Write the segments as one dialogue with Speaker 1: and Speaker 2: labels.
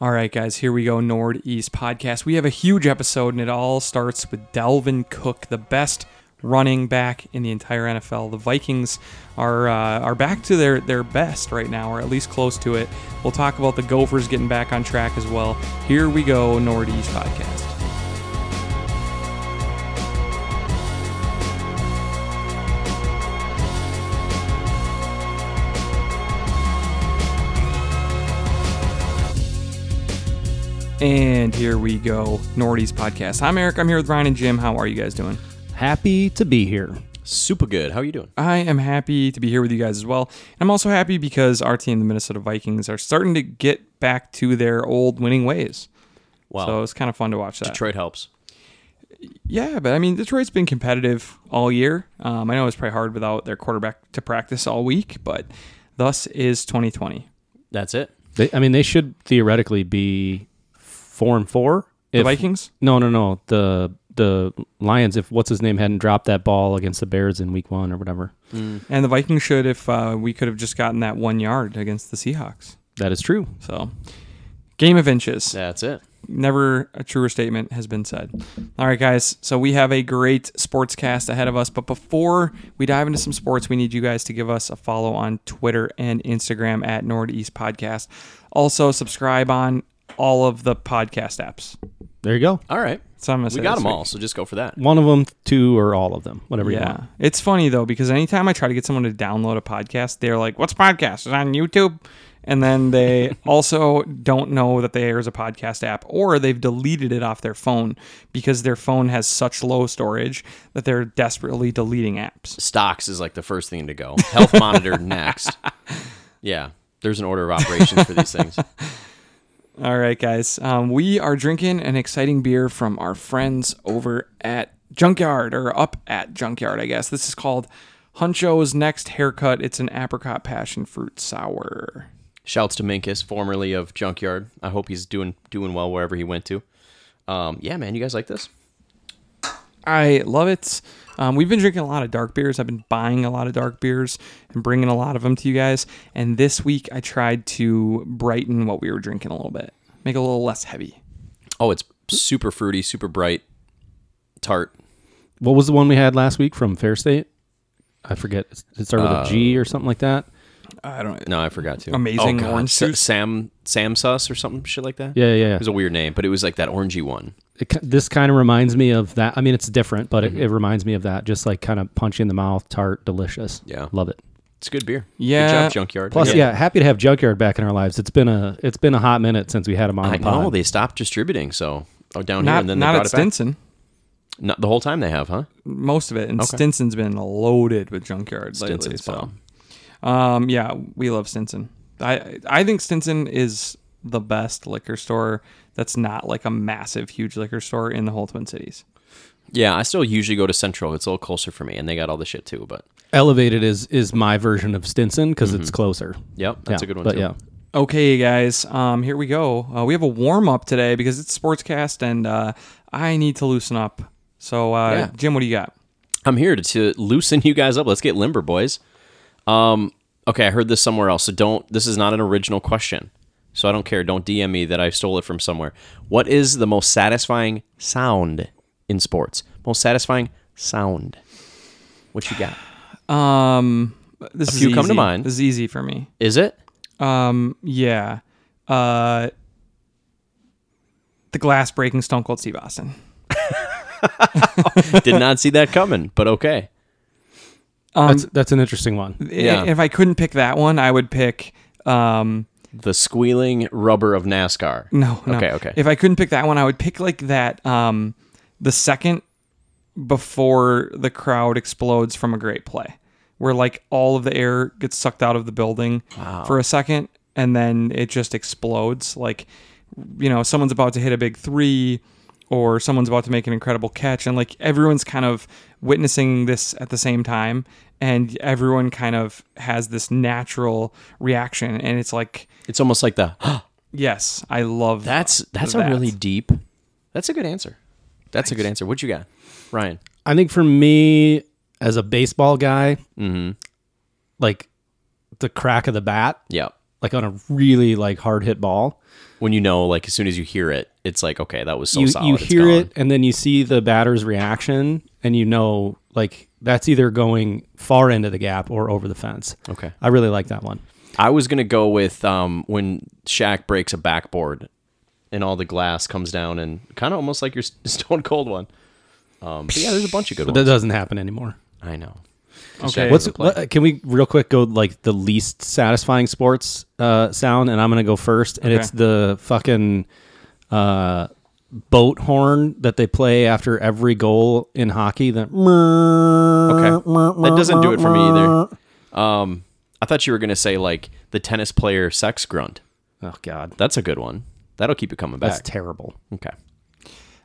Speaker 1: All right, guys, here we go. Northeast podcast. We have a huge episode, and it all starts with Delvin Cook, the best running back in the entire NFL. The Vikings are uh, are back to their their best right now, or at least close to it. We'll talk about the Gophers getting back on track as well. Here we go, Northeast podcast. And here we go, Northeast podcast. I'm Eric. I'm here with Ryan and Jim. How are you guys doing?
Speaker 2: Happy to be here.
Speaker 3: Super good. How are you doing?
Speaker 1: I am happy to be here with you guys as well. And I'm also happy because our team, the Minnesota Vikings, are starting to get back to their old winning ways.
Speaker 3: Wow.
Speaker 1: So it's kind of fun to watch that.
Speaker 3: Detroit helps.
Speaker 1: Yeah, but I mean, Detroit's been competitive all year. Um, I know it's probably hard without their quarterback to practice all week, but thus is 2020.
Speaker 3: That's it.
Speaker 2: They, I mean, they should theoretically be four and four.
Speaker 1: The
Speaker 2: If,
Speaker 1: Vikings?
Speaker 2: No, no, no. The the Lions. If what's his name hadn't dropped that ball against the Bears in Week One or whatever,
Speaker 1: And the Vikings should if uh, we could have just gotten that one yard against the Seahawks.
Speaker 2: that is true.
Speaker 1: So, game of inches.
Speaker 3: That's it.
Speaker 1: never a truer statement has been said. All right, guys. So we have a great sports cast ahead of us. But before we dive into some sports, we need you guys to give us a follow on Twitter and Instagram at Northeast Podcast. Also, subscribe on all of the podcast apps.
Speaker 2: There you go.
Speaker 3: All right.
Speaker 1: So I'm gonna
Speaker 3: We
Speaker 1: say
Speaker 3: got
Speaker 1: this
Speaker 3: them
Speaker 1: week.
Speaker 3: all, so just go for that.
Speaker 2: One of them, two, or all of them, whatever you want.
Speaker 1: Yeah. It's funny though, because anytime I try to get someone to download a podcast, they're like, What's podcast? It's on YouTube. And then they also don't know that there is a podcast app or they've deleted it off their phone because their phone has such low storage that they're desperately deleting apps.
Speaker 3: Stocks is like the first thing to go. Health monitor next. Yeah. There's an order of operations for these things.
Speaker 1: All right, guys. Um, we are drinking an exciting beer from our friends over at Junkyard, or up at Junkyard, I guess. This is called Huncho's Next Haircut. It's an apricot passion fruit sour.
Speaker 3: Shouts to Minkus, formerly of Junkyard. I hope he's doing doing well wherever he went to. Um, yeah, man, you guys like this?
Speaker 1: I love it. Um, we've been drinking a lot of dark beers. I've been buying a lot of dark beers and bringing a lot of them to you guys. And this week I tried to brighten what we were drinking a little bit, make it a little less heavy.
Speaker 3: Oh, it's super fruity, super bright, tart.
Speaker 2: What was the one we had last week from Fair State? I forget. It started
Speaker 3: Uh,
Speaker 2: with a G or something like that.
Speaker 1: I don't.
Speaker 3: No, I forgot to. Oh,
Speaker 1: Amazing
Speaker 3: God.
Speaker 1: orange
Speaker 3: Sa-
Speaker 1: juice?
Speaker 3: Sam Sam Sus or something shit like that.
Speaker 2: Yeah, yeah, yeah.
Speaker 3: It was a weird name, but it was like that orangey one.
Speaker 2: it, ki- this kind of reminds me of that. I mean, it's different, but
Speaker 3: Mm-hmm.
Speaker 2: it, it reminds me of that. Just like kind of punchy in the mouth, tart, delicious.
Speaker 3: Yeah.
Speaker 2: love it.
Speaker 3: It's good beer.
Speaker 1: Yeah.
Speaker 3: Good job, Junkyard.
Speaker 2: Plus, yeah. happy to have Junkyard back in our lives. It's been a it's been a hot minute since we had him on
Speaker 3: I
Speaker 2: the pod.
Speaker 3: know they stopped distributing, so oh down here
Speaker 1: Not
Speaker 3: and then
Speaker 1: not
Speaker 3: they
Speaker 1: at
Speaker 3: brought it back.
Speaker 1: Stinson.
Speaker 3: Not the whole time they have, huh?
Speaker 1: Most of it, and Stinson's been loaded with junkyard lately.
Speaker 3: Stinson's
Speaker 1: So, um, yeah, we love Stinson. I I think Stinson is the best liquor store. That's not like a massive, huge liquor store in the whole Twin Cities.
Speaker 3: Yeah, I still usually go to Central. It's a little closer for me, and they got all the shit too. But
Speaker 2: Elevated is is my version of Stinson because it's closer.
Speaker 3: yep, Mm-hmm. that's
Speaker 2: Yeah,
Speaker 3: a good one
Speaker 2: But
Speaker 3: too.
Speaker 2: yeah,
Speaker 1: Okay, guys, um, here we go. Uh, we have a warm up today because it's Sportscast and uh, I need to loosen up. So, uh,
Speaker 3: Yeah.
Speaker 1: Jim, what do you got?
Speaker 3: I'm here to, to loosen you guys up. Let's get limber, boys. Um, okay, I heard this somewhere else, so don't. This is not an original question, so I don't care. Don't DM me that I stole it from somewhere. What is the most satisfying sound in sports? Most satisfying sound. What you got?
Speaker 1: Um, this is
Speaker 3: few come to
Speaker 1: easy.
Speaker 3: mind.
Speaker 1: This is easy for me.
Speaker 3: Is it?
Speaker 1: Um, yeah. Uh, the glass breaking Stone Cold Steve Austin.
Speaker 3: Did not see that coming, but okay.
Speaker 2: that's that's an interesting one.
Speaker 3: Yeah.
Speaker 1: I- If I couldn't pick that one, I would pick. Um,
Speaker 3: The squealing rubber of NASCAR.
Speaker 1: no, no.
Speaker 3: Okay, okay.
Speaker 1: If I couldn't pick that one, I would pick like that. Um, the second before the crowd explodes from a great play, where like all of the air gets sucked out of the building for a second, and then it just explodes. Like, you know, someone's about to hit a big three, or someone's about to make an incredible catch, and like everyone's kind of witnessing this at the same time, and everyone kind of has this natural reaction, and it's like,
Speaker 3: It's almost like the
Speaker 1: yes, I love
Speaker 3: that's that's
Speaker 1: That.
Speaker 3: a really deep. That's a good answer. That's a good answer. What you got, Ryan?
Speaker 2: I think for me
Speaker 3: Mm-hmm.
Speaker 2: as a baseball guy, like the crack of the bat
Speaker 3: Yeah,
Speaker 2: like on a really like hard hit ball.
Speaker 3: When you know, like as soon as you hear it, it's like okay, that was so
Speaker 2: you
Speaker 3: solid.
Speaker 2: you
Speaker 3: it's
Speaker 2: hear
Speaker 3: gone.
Speaker 2: it and then you see the batter's reaction and you know like that's either going far into the gap or over the fence.
Speaker 3: Okay.
Speaker 2: I really like that one.
Speaker 3: I was gonna go with um, when Shaq breaks a backboard, and all the glass comes down, and kind of almost like your s- Stone Cold one. Um, but yeah, there's a bunch of good
Speaker 2: But that
Speaker 3: ones.
Speaker 2: doesn't happen anymore.
Speaker 3: I know.
Speaker 1: Okay.
Speaker 2: What's what, can we real quick go like the least satisfying sports uh, sound? And I'm gonna go first, and it's the fucking uh, boat horn that they play after every goal in hockey. The okay,
Speaker 3: That doesn't do it for me either. Um, I thought you were gonna say like the tennis player sex grunt.
Speaker 2: Oh god,
Speaker 3: That's a good one. That'll keep you coming back.
Speaker 2: that's terrible.
Speaker 3: okay.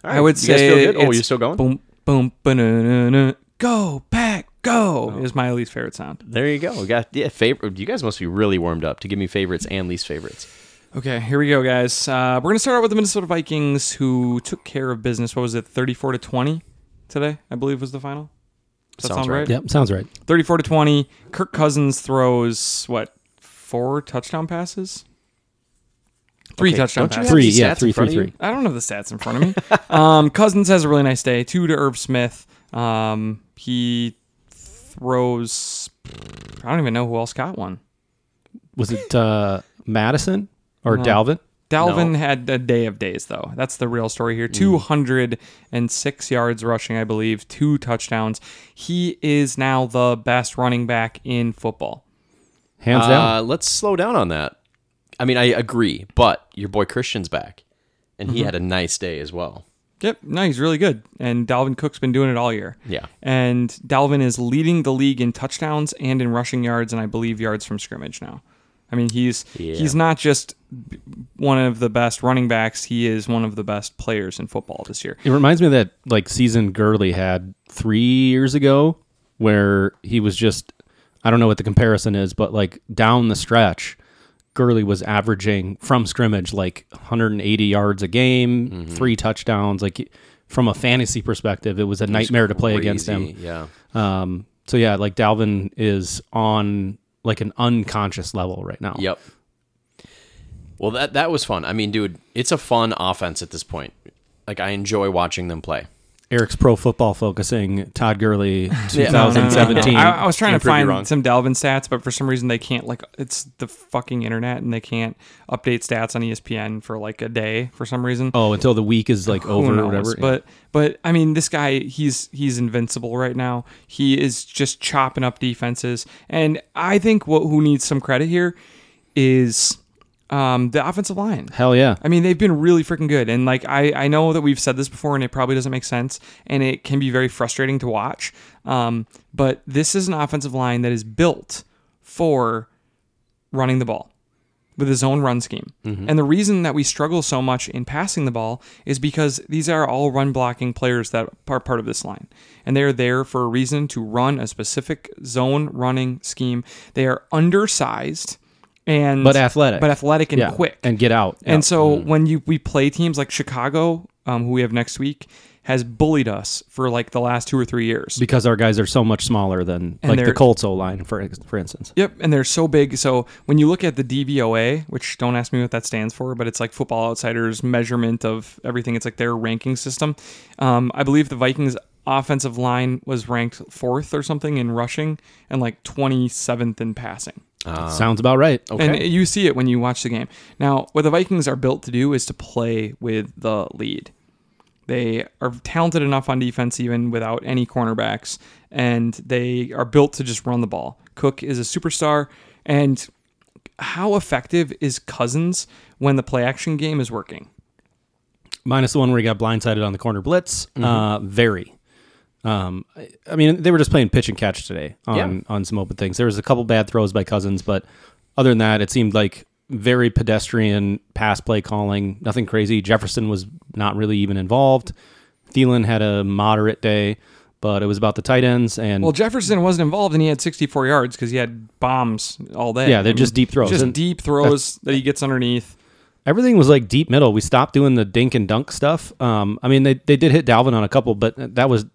Speaker 1: I would
Speaker 3: You guys
Speaker 1: say.
Speaker 3: feel good? Oh,
Speaker 1: it's
Speaker 3: you still going?
Speaker 1: Boom, boom, ba-na-na-na. go pack, go
Speaker 3: Oh.
Speaker 1: is my least favorite sound.
Speaker 3: There you go. We got yeah. Favorite. You guys must be really warmed up to give me favorites and least favorites.
Speaker 1: Okay, here we go, guys. Uh, we're gonna start out with the Minnesota Vikings, who took care of business. What was it, thirty-four to twenty today? I believe was the final. Does that
Speaker 3: Sounds
Speaker 1: sound
Speaker 3: right.
Speaker 1: right?
Speaker 2: Yep, sounds right.
Speaker 1: 34 to 20. Kirk Cousins throws what? Four touchdown passes? Three touchdown
Speaker 3: Don't you have
Speaker 1: passes.
Speaker 2: Three,
Speaker 3: these
Speaker 2: yeah,
Speaker 3: stats in
Speaker 2: three,
Speaker 3: front
Speaker 2: three,
Speaker 3: of you?
Speaker 1: I don't have the stats in front of me. um, Cousins has a really nice day. Two to Irv Smith. Um, he throws. I don't even know who else got one.
Speaker 2: Was it uh, Madison
Speaker 3: Uh-huh.
Speaker 2: or Dalvin?
Speaker 1: Dalvin
Speaker 3: No.
Speaker 1: had a day of days, though. That's the real story here. 206 yards rushing, I believe, two touchdowns. He is now the best running back in football.
Speaker 2: Hands down.
Speaker 3: Uh, let's slow down on that. I mean, I agree, but your boy Christian's back, and
Speaker 2: Mm-hmm.
Speaker 3: he had a nice day as well.
Speaker 1: Yep. No, he's really good. And Dalvin Cook's been doing it all year.
Speaker 3: Yeah.
Speaker 1: And Dalvin is leading the league in touchdowns and in rushing yards and I believe yards from scrimmage now. I mean, he's
Speaker 3: Yeah.
Speaker 1: he's not just one of the best running backs, he is one of the best players in football this year.
Speaker 2: It reminds me of that like season Gurley had three years ago, where he was just I don't know what the comparison is, but like down the stretch, Gurley was averaging from scrimmage like 180 yards a game, three touchdowns. Like from a fantasy perspective, it was a nightmare to play against
Speaker 3: Crazy,
Speaker 2: him.
Speaker 3: Yeah.
Speaker 2: Um, so yeah, like Dalvin is on like an unconscious level right now.
Speaker 3: Yep. Well, that that was fun. I mean, dude, it's a fun offense at this point. Like, I enjoy watching them play.
Speaker 2: Eric's pro football focusing Todd Gurley
Speaker 1: No, no, no, no.
Speaker 2: 2017.
Speaker 1: I, I was trying to
Speaker 3: Can't prove you wrong.
Speaker 1: find some Dalvin stats, but for some reason they can't. Like, it's the fucking internet, and they can't update stats on E ESPN for like a day for some reason.
Speaker 2: Oh, until the week is like
Speaker 1: Who
Speaker 2: over or
Speaker 1: knows?
Speaker 2: whatever.
Speaker 1: But but I mean, this guy he's he's invincible right now. He is just chopping up defenses, and I think what who needs some credit here is um, the offensive line.
Speaker 2: Hell yeah.
Speaker 1: I mean, they've been really freaking good. And like, I, I know that we've said this before and it probably doesn't make sense and it can be very frustrating to watch. Um, but this is an offensive line that is built for running the ball with his own run scheme.
Speaker 2: Mm-hmm.
Speaker 1: And the reason that we struggle so much in passing the ball is because these are all run blocking players that are part of this line. And they are there for a reason to run a specific zone running scheme. They are undersized and
Speaker 2: But athletic.
Speaker 1: But athletic and
Speaker 2: yeah.
Speaker 1: quick.
Speaker 2: And get out.
Speaker 1: And so when you we play teams like Chicago, um, who we have next week, has bullied us for like the last two or three years.
Speaker 2: because our guys are so much smaller than like the
Speaker 1: they're-
Speaker 2: Colts O line, for ex- for instance.
Speaker 1: Yep, and they're so big. So when you look at the DVOA, which don't ask me what that stands for, but it's like Football Outsiders' measurement of everything. It's like their ranking system. Um, I believe the Vikings' offensive line was ranked fourth or something in rushing and like twenty seventh in passing.
Speaker 2: Sounds about right.
Speaker 1: And you see it when you watch the game. Now, what the Vikings are built to do is to play with the lead. They are talented enough on defense, even without any cornerbacks, and they are built to just run the ball. Cook is a superstar, and how effective is Cousins when the play action game is working?
Speaker 2: Minus the one where he got blindsided on the corner blitz. Uh, very. Um, I- I mean, they were just playing pitch and catch today on
Speaker 3: Yeah.
Speaker 2: on some open things. There was a couple bad throws by Cousins, but other than that, it seemed like very pedestrian pass play calling. Nothing crazy. Jefferson was not really even involved. Thielen had a moderate day, but it was about the tight ends and
Speaker 1: Well, Jefferson wasn't involved, and he had 64 yards because he had bombs all day.
Speaker 2: Yeah, they're just deep throws.
Speaker 1: Just
Speaker 2: And
Speaker 1: deep throws that he gets underneath.
Speaker 2: Everything was like deep middle. We stopped doing the dink and dunk stuff. Um, I mean, they, they did hit Dalvin on a couple, but that was,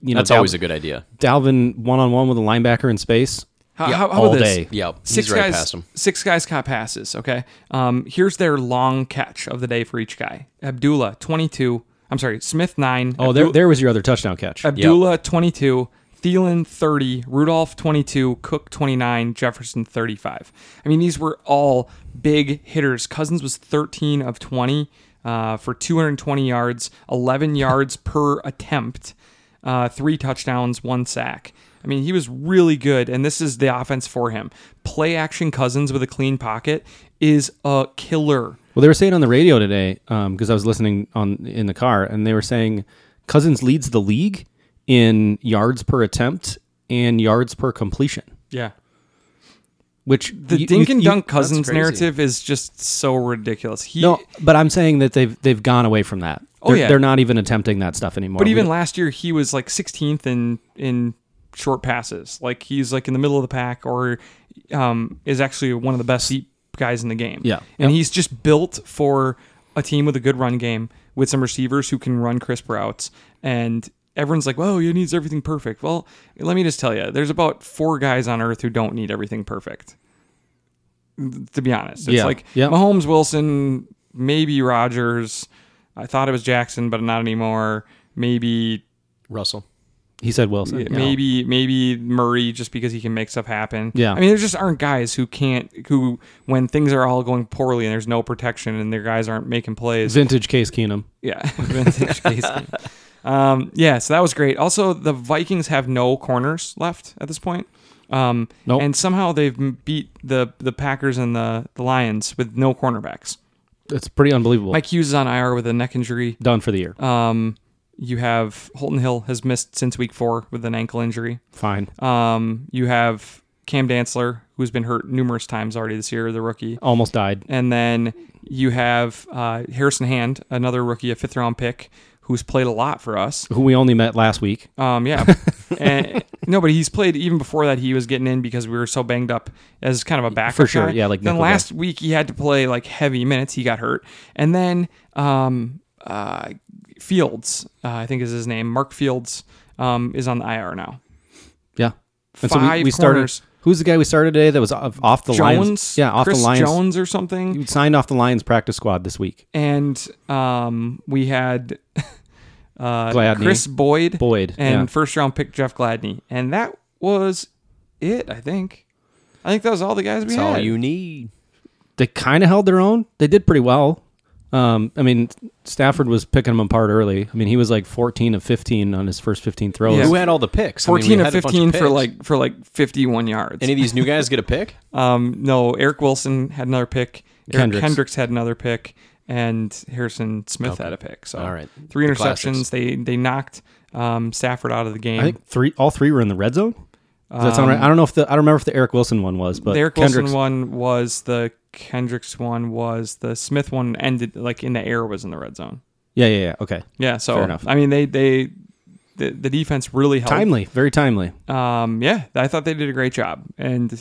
Speaker 2: you know,
Speaker 3: That's
Speaker 2: Dal-
Speaker 3: always a good idea.
Speaker 2: Dalvin one on one with a linebacker in space.
Speaker 1: How,
Speaker 3: Yeah,
Speaker 1: how, how
Speaker 2: all
Speaker 1: about Oh, this?
Speaker 2: day.
Speaker 3: Yep, he's
Speaker 1: Six
Speaker 3: right
Speaker 1: guys,
Speaker 3: past him.
Speaker 1: six guys caught passes. Okay, um, here's their long catch of the day for each guy. Abdullah, 22. I'm sorry, Smith nine.
Speaker 2: Oh, there, there was your other touchdown catch.
Speaker 1: Abdullah 22, Thielen 30, Rudolph 22, Cook 29, Jefferson 35. I mean, these were all big hitters. Cousins was 13 of 20 uh, for 220 yards, 11 yards per attempt, uh, three touchdowns, one sack. I mean, he was really good, and this is the offense for him. Play action Cousins with a clean pocket is a killer.
Speaker 2: Well, they were saying on the radio today because I was listening on in the car, and they were saying Cousins leads the league in yards per attempt and yards per completion,
Speaker 1: Yeah.
Speaker 2: which
Speaker 1: The
Speaker 2: you-
Speaker 1: dink
Speaker 2: you-
Speaker 1: and
Speaker 2: you-
Speaker 1: dunk Cousins
Speaker 3: crazy.
Speaker 1: narrative is just so ridiculous. He
Speaker 2: No, but I'm saying that they've they've gone away from that.
Speaker 1: Oh,
Speaker 2: they're,
Speaker 1: yeah.
Speaker 2: they're not even attempting that stuff anymore.
Speaker 1: But
Speaker 2: We-
Speaker 1: even last year, he was like 16th in in short passes. Like he's like in the middle of the pack, or um, is actually one of the best deep guys in the game.
Speaker 2: Yeah.
Speaker 1: and he's just built for a team with a good run game with some receivers who can run crisp routes. And everyone's like, "Whoa, he needs everything perfect." Well, let me just tell you, there's about four guys on earth who don't need everything perfect. To be honest, it's
Speaker 2: Yeah.
Speaker 1: like
Speaker 2: Yeah.
Speaker 1: Mahomes, Wilson, maybe Rogers. I thought it was Jackson, but not anymore. Maybe
Speaker 3: Russell.
Speaker 2: he said Wilson. yeah.
Speaker 1: maybe maybe Murray just because he can make stuff happen.
Speaker 2: Yeah.
Speaker 1: I mean, there just aren't guys who can't who when things are all going poorly and there's no protection and their guys aren't making plays.
Speaker 2: vintage Case Keenum.
Speaker 1: Yeah. Vintage case game. Um, yeah, so that was great. Also, the Vikings have no corners left at this point. Um,
Speaker 2: Nope.
Speaker 1: And somehow they've m- beat the the Packers and the, the Lions with no cornerbacks.
Speaker 2: It's pretty unbelievable.
Speaker 1: Mike Hughes is on IR with a neck injury.
Speaker 2: Done for the year.
Speaker 1: Um, you have Holton Hill has missed since week four with an ankle injury.
Speaker 2: Fine.
Speaker 1: Um, you have Cam Dantzler, who's been hurt numerous times already this year, the rookie.
Speaker 2: Almost died.
Speaker 1: And then you have uh, Harrison Hand, another rookie, a fifth round pick, who's played a lot for us.
Speaker 2: Who we only met last week.
Speaker 1: Um, yeah. and, no, but he's played even before that. He was getting in because we were so banged up as kind of a backup.
Speaker 2: For sure,
Speaker 1: guy.
Speaker 2: yeah, like
Speaker 1: then
Speaker 2: nickel
Speaker 1: last week he had to play like heavy minutes. He got hurt, and then um, uh, Fields, uh, I think is his name, Mark Fields, um, is on the IR now.
Speaker 2: Yeah. And so we,
Speaker 1: Five
Speaker 2: we started.
Speaker 1: corners.
Speaker 2: Who's the guy we started today that was off, off the
Speaker 1: Jones,
Speaker 2: Lions? Yeah, off
Speaker 1: Chris
Speaker 2: the Lions.
Speaker 1: Jones or something.
Speaker 2: You signed off the Lions practice squad this week.
Speaker 1: and um, we had uh,
Speaker 2: Gladney.
Speaker 1: Chris Boyd,
Speaker 2: Boyd,
Speaker 1: and
Speaker 2: yeah.
Speaker 1: first round pick Jeff Gladney, and that was it. I think. I think that was all the guys we
Speaker 3: That's
Speaker 1: had.
Speaker 3: all you need.
Speaker 2: They kind of held their own. They did pretty well. Um, I mean, Stafford was picking them apart early. I mean, he was like 14 of 15 on his first 15 throws.
Speaker 1: Yeah.
Speaker 3: Who had all the picks? I mean, we
Speaker 1: Fourteen
Speaker 3: had
Speaker 1: of
Speaker 3: a bunch of
Speaker 1: fifteen for
Speaker 3: picks.
Speaker 1: like for like fifty one yards.
Speaker 3: Any of these new guys get a pick?
Speaker 1: um, no, Eric Wilson had another pick. Eric Hendricks,
Speaker 2: Kendricks.
Speaker 1: had another pick, and Harrison Smith had a pick. So
Speaker 3: All right.
Speaker 1: three
Speaker 3: The
Speaker 1: interceptions.
Speaker 3: classics.
Speaker 1: They they knocked um, Stafford out of the game.
Speaker 2: I think three, all three were in the red zone. Does that sound right? I don't know if the I don't remember if the Eric Wilson one was, but
Speaker 1: the Um, Eric
Speaker 2: Kendricks-
Speaker 1: Wilson one was the Kendricks one was the Smith one ended like in the air was in the red zone.
Speaker 2: Yeah, yeah, yeah. Okay,
Speaker 1: Yeah, so
Speaker 2: Fair enough.
Speaker 1: I mean they they the, the defense really helped.
Speaker 2: timely, very timely.
Speaker 1: Um, yeah, I thought they did a great job, and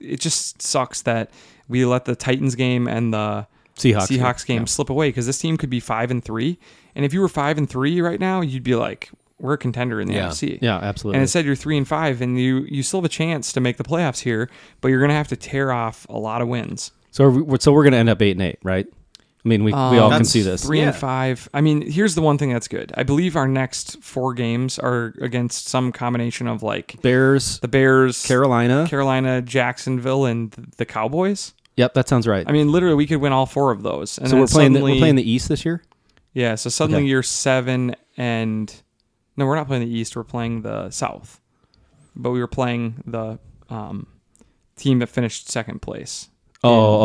Speaker 1: it just sucks that we let the Titans game and the
Speaker 2: Seahawks game.
Speaker 1: game slip away because this team could be five and three, and if you were five and three right now, you'd be like we're a contender in the
Speaker 3: Yeah.
Speaker 1: NFC.
Speaker 2: Yeah, absolutely.
Speaker 1: And instead, you're three and five, and you you still have a chance to make the playoffs here, but you're gonna have to tear off a lot of wins.
Speaker 2: so are we, so we're gonna end up eight and eight, right? I mean, we, we all can
Speaker 1: Um, that's
Speaker 2: see this.
Speaker 1: Three and
Speaker 3: Yeah.
Speaker 1: five. I mean, here's the one thing that's good. I believe our next four games are against some combination of like
Speaker 2: Bears,
Speaker 1: the Bears,
Speaker 2: Carolina.
Speaker 1: Carolina, Jacksonville, and the Cowboys.
Speaker 2: yep, that sounds right.
Speaker 1: I mean, literally, we could win all four of those. And
Speaker 2: so
Speaker 1: then
Speaker 2: we're playing the,
Speaker 1: suddenly-
Speaker 2: we're playing the East this year.
Speaker 1: yeah. So suddenly,
Speaker 2: Okay.
Speaker 1: you're seven and no, we're not playing the East. We're playing the South, but we were playing the um, team that finished second place.
Speaker 2: Oh,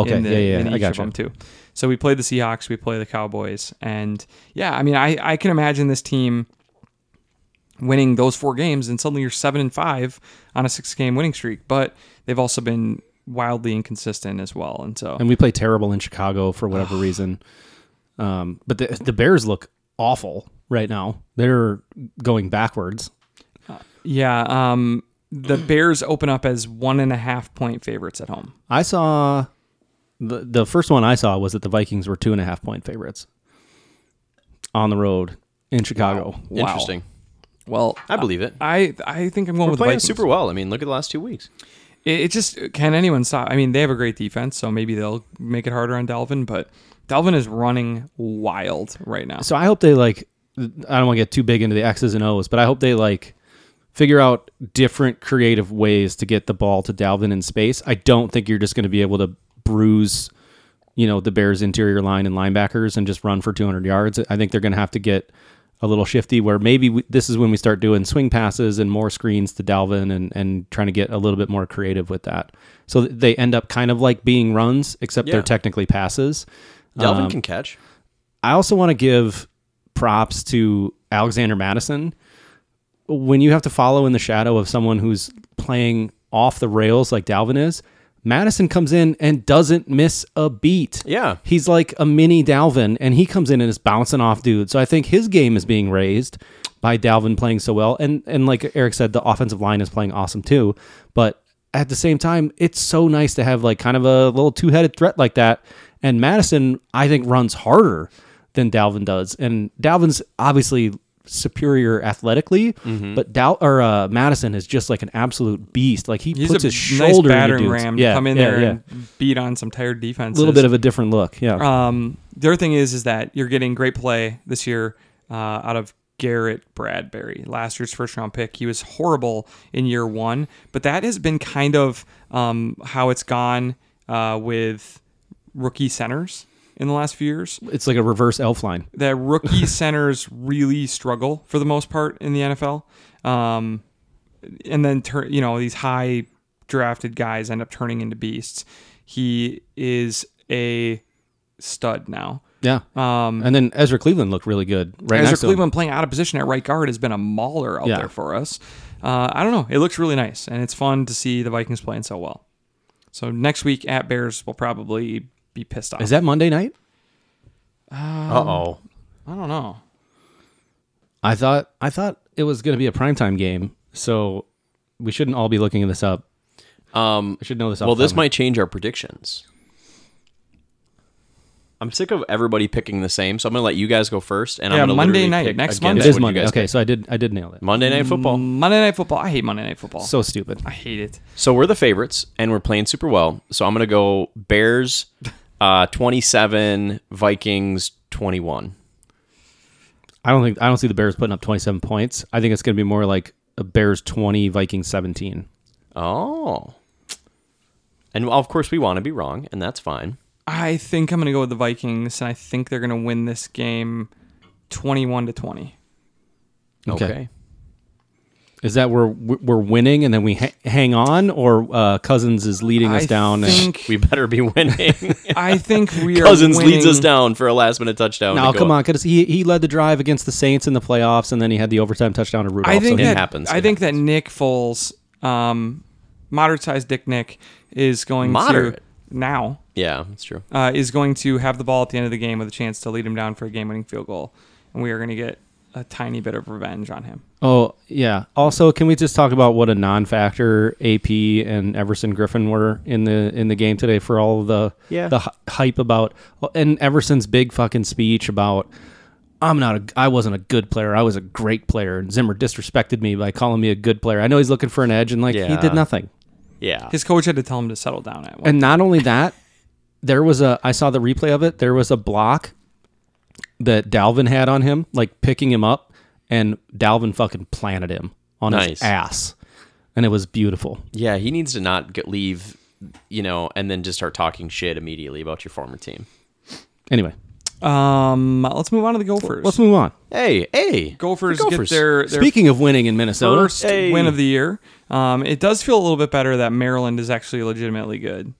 Speaker 1: in-
Speaker 2: okay,
Speaker 1: in the-
Speaker 2: yeah, yeah,
Speaker 1: in
Speaker 2: yeah.
Speaker 1: each
Speaker 2: I
Speaker 1: of
Speaker 2: got you.
Speaker 1: them too. So we play the Seahawks, we play the Cowboys, and yeah, I mean, I I can imagine this team winning those four games, and suddenly you're seven and five on a six game winning streak. But they've also been wildly inconsistent as well, and so
Speaker 2: And we play terrible in Chicago for whatever reason. Um, but the the Bears look awful right now. They're going backwards.
Speaker 1: yeah, um, the Bears open up as one and a half point favorites at home.
Speaker 2: I saw the the first one I saw was that the Vikings were two and a half point favorites on the road in Chicago.
Speaker 1: Wow.
Speaker 3: Interesting.
Speaker 1: Well,
Speaker 3: I believe it.
Speaker 1: I I think I'm going
Speaker 3: We're
Speaker 1: with
Speaker 3: playing
Speaker 1: Vikings.
Speaker 3: super well. I mean, look at the last two weeks.
Speaker 1: It, it just can anyone stop? I mean, they have a great defense, so maybe they'll make it harder on Dalvin. But Dalvin is running wild right now.
Speaker 2: So I hope they like. I don't want to get too big into the X's and O's, but I hope they like figure out different creative ways to get the ball to Dalvin in space. I don't think you're just going to be able to bruise, you know, the Bears' interior line and linebackers and just run for 200 yards. I think they're going to have to get a little shifty where maybe we, this is when we start doing swing passes and more screens to Dalvin and, and trying to get a little bit more creative with that. So th- they end up kind of like being runs, except
Speaker 3: Yeah.
Speaker 2: they're technically passes.
Speaker 3: Delvin can catch.
Speaker 2: I also want to give props to Alexander Madison. When you have to follow in the shadow of someone who's playing off the rails like Dalvin is, Madison comes in and doesn't miss a beat.
Speaker 3: Yeah.
Speaker 2: He's like a mini Dalvin and he comes in and is bouncing off dude. So I think his game is being raised by Dalvin playing so well. And and like Eric said, the offensive line is playing awesome too. But at the same time, it's so nice to have like kind of a little two headed threat like that. And Madison, I think, runs harder than Dalvin does. And Dalvin's obviously superior athletically,
Speaker 1: Mm-hmm.
Speaker 2: but Dal or uh, Madison is just like an absolute beast. Like he
Speaker 1: He's
Speaker 2: puts
Speaker 1: a
Speaker 2: his
Speaker 1: nice
Speaker 2: shoulder into
Speaker 1: battering
Speaker 2: dudes.
Speaker 1: ram
Speaker 2: yeah,
Speaker 1: to come in
Speaker 2: yeah,
Speaker 1: there
Speaker 2: yeah.
Speaker 1: and beat on some tired defenses.
Speaker 2: a little bit of a different look. Yeah.
Speaker 1: Um, the other thing is, is that you're getting great play this year uh, out of Garrett Bradbury, last year's first round pick. He was horrible in year one, but that has been kind of um, how it's gone uh, with rookie centers in the last few years.
Speaker 2: it's like a reverse elf line.
Speaker 1: That rookie centers really struggle for the most part in the NFL, um, and then tur- you know these high drafted guys end up turning into beasts. He is a stud now.
Speaker 2: Yeah.
Speaker 1: Um,
Speaker 2: and then Ezra Cleveland looked really good right
Speaker 1: Ezra
Speaker 2: next to him.
Speaker 1: Cleveland playing out of position at right guard has been a mauler out
Speaker 2: Yeah.
Speaker 1: there for us. Uh, I don't know. It looks really nice, and it's fun to see the Vikings playing so well. So next week at Bears, we'll probably be pissed off.
Speaker 2: Is that Monday night?
Speaker 3: Uh oh.
Speaker 1: I don't know.
Speaker 2: I thought I thought it was going to be a primetime game, so we shouldn't all be looking this up.
Speaker 3: Um,
Speaker 2: I should know this.
Speaker 3: well, this
Speaker 2: upfront.
Speaker 3: might change our predictions. I'm sick of everybody picking the same, so I'm gonna let you guys go first. And
Speaker 1: Yeah,
Speaker 3: I'm gonna
Speaker 1: Monday
Speaker 3: literally
Speaker 1: night,
Speaker 3: pick
Speaker 1: next
Speaker 3: against
Speaker 1: Monday.
Speaker 2: It is
Speaker 3: what you
Speaker 2: Monday.
Speaker 3: guys
Speaker 2: Okay,
Speaker 3: pick.
Speaker 2: so I did I did nail it.
Speaker 3: Monday night football.
Speaker 1: Monday Night Football. I hate Monday Night Football.
Speaker 2: So stupid.
Speaker 1: I hate it.
Speaker 3: So we're the favorites, and we're playing super well. So I'm gonna go Bears, uh, 27, Vikings 21.
Speaker 2: I don't think I don't see the Bears putting up 27 points. I think it's going to be more like a Bears 20, Vikings 17.
Speaker 3: Oh. And of course, we want to be wrong, and that's fine.
Speaker 1: I think I'm going to go with the Vikings, and I think they're going to win this game, 21 to 20.
Speaker 2: Okay. Is that where we're winning and then we ha- hang on, or uh, Cousins is leading us
Speaker 1: I
Speaker 2: down? and,
Speaker 1: think
Speaker 3: We better be winning.
Speaker 1: I think we are
Speaker 3: Cousins leads
Speaker 1: winning.
Speaker 3: us down for a last minute touchdown.
Speaker 2: no,
Speaker 3: to go
Speaker 2: come
Speaker 3: up.
Speaker 2: on, because he he led the drive against the Saints in the playoffs, and then he had the overtime touchdown to Rudolph.
Speaker 1: I think
Speaker 2: so
Speaker 1: that
Speaker 3: happens.
Speaker 1: I
Speaker 3: It
Speaker 1: think that Nick Foles, um, moderate sized Dick Nick, is going
Speaker 3: Moderate?
Speaker 1: to now
Speaker 3: Yeah, that's true.
Speaker 1: uh, is going to have the ball at the end of the game with a chance to lead him down for a game winning field goal, and we are going to get a tiny bit of revenge on him.
Speaker 2: Oh yeah. Also, can we just talk about what a non-factor AP and Everson Griffin were in the in the game today for all of the
Speaker 3: Yeah.
Speaker 2: the hy- hype about and Everson's big fucking speech about I'm not a I wasn't a good player. I was a great player. And Zimmer disrespected me by calling me a good player. I know he's looking for an edge and like he
Speaker 3: Yeah.
Speaker 2: did nothing.
Speaker 3: Yeah.
Speaker 1: His coach had to tell him to settle down at one.
Speaker 2: And not only that, there was a I saw the replay of it. There was a block that Dalvin had on him, like picking him up, and Dalvin fucking planted him on
Speaker 3: Nice.
Speaker 2: his ass. And it was beautiful.
Speaker 3: yeah, he needs to not get, leave, you know, and then just start talking shit immediately about your former team.
Speaker 2: Anyway,
Speaker 1: Um, let's move on to the Gophers.
Speaker 2: let's move on.
Speaker 3: Hey, hey.
Speaker 1: Gophers,
Speaker 3: The
Speaker 1: get their, their
Speaker 2: Speaking of winning in Minnesota,
Speaker 1: first
Speaker 3: Hey.
Speaker 1: win of the year. Um, it does feel a little bit better that Maryland is actually legitimately good.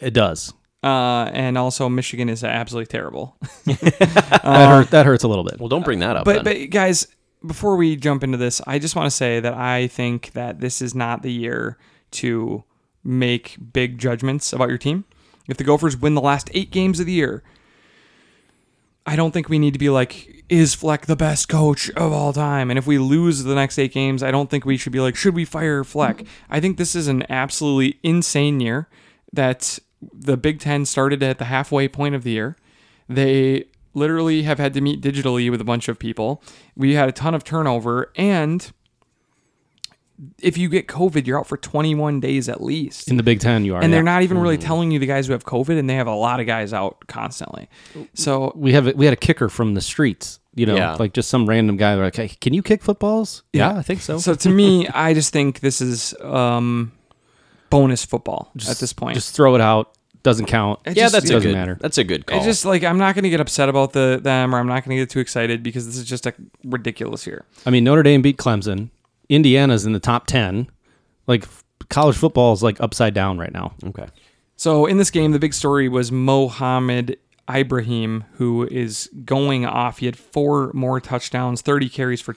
Speaker 2: it does.
Speaker 1: Uh, and also Michigan is absolutely terrible. Uh,
Speaker 2: that, hurt, that hurts a little bit.
Speaker 3: Well, don't bring that up.
Speaker 1: But
Speaker 3: then.
Speaker 1: but guys, before we jump into this, I just want to say that I think that this is not the year to make big judgments about your team. If the Gophers win the last eight games of the year, I don't think we need to be like, is Fleck the best coach of all time? And if we lose the next eight games, I don't think we should be like, should we fire Fleck? I think this is an absolutely insane year that the Big Ten started at the halfway point of the year. They literally have had to meet digitally with a bunch of people. We had a ton of turnover, and if you get COVID, you're out for 21 days at least.
Speaker 2: in the Mm-hmm. Big Ten, you are.
Speaker 1: and they're
Speaker 2: yeah.
Speaker 1: not even really telling you the guys who have COVID, and they have a lot of guys out constantly. So
Speaker 2: We have a- we had a kicker from the streets. You know,
Speaker 3: Yeah.
Speaker 2: like just some random guy. Like, hey, can you kick footballs? Yeah, I think so.
Speaker 1: So to me, I just think this is um, bonus football at this point.
Speaker 2: just throw it out. Doesn't count.
Speaker 1: It
Speaker 3: yeah,
Speaker 1: just-
Speaker 3: that's
Speaker 1: it
Speaker 3: a
Speaker 2: doesn't
Speaker 3: good.
Speaker 2: matter.
Speaker 3: That's a good call.
Speaker 1: It's just like I'm not going to get upset about the them, or I'm not going to get too excited because this is just a ridiculous year.
Speaker 2: I mean, Notre Dame beat Clemson. Indiana's in the top ten. Like f- college football is like upside down right now.
Speaker 3: okay.
Speaker 1: So in this game, the big story was Mohammed Ibrahim, who is going off. He had four more touchdowns, 30 carries for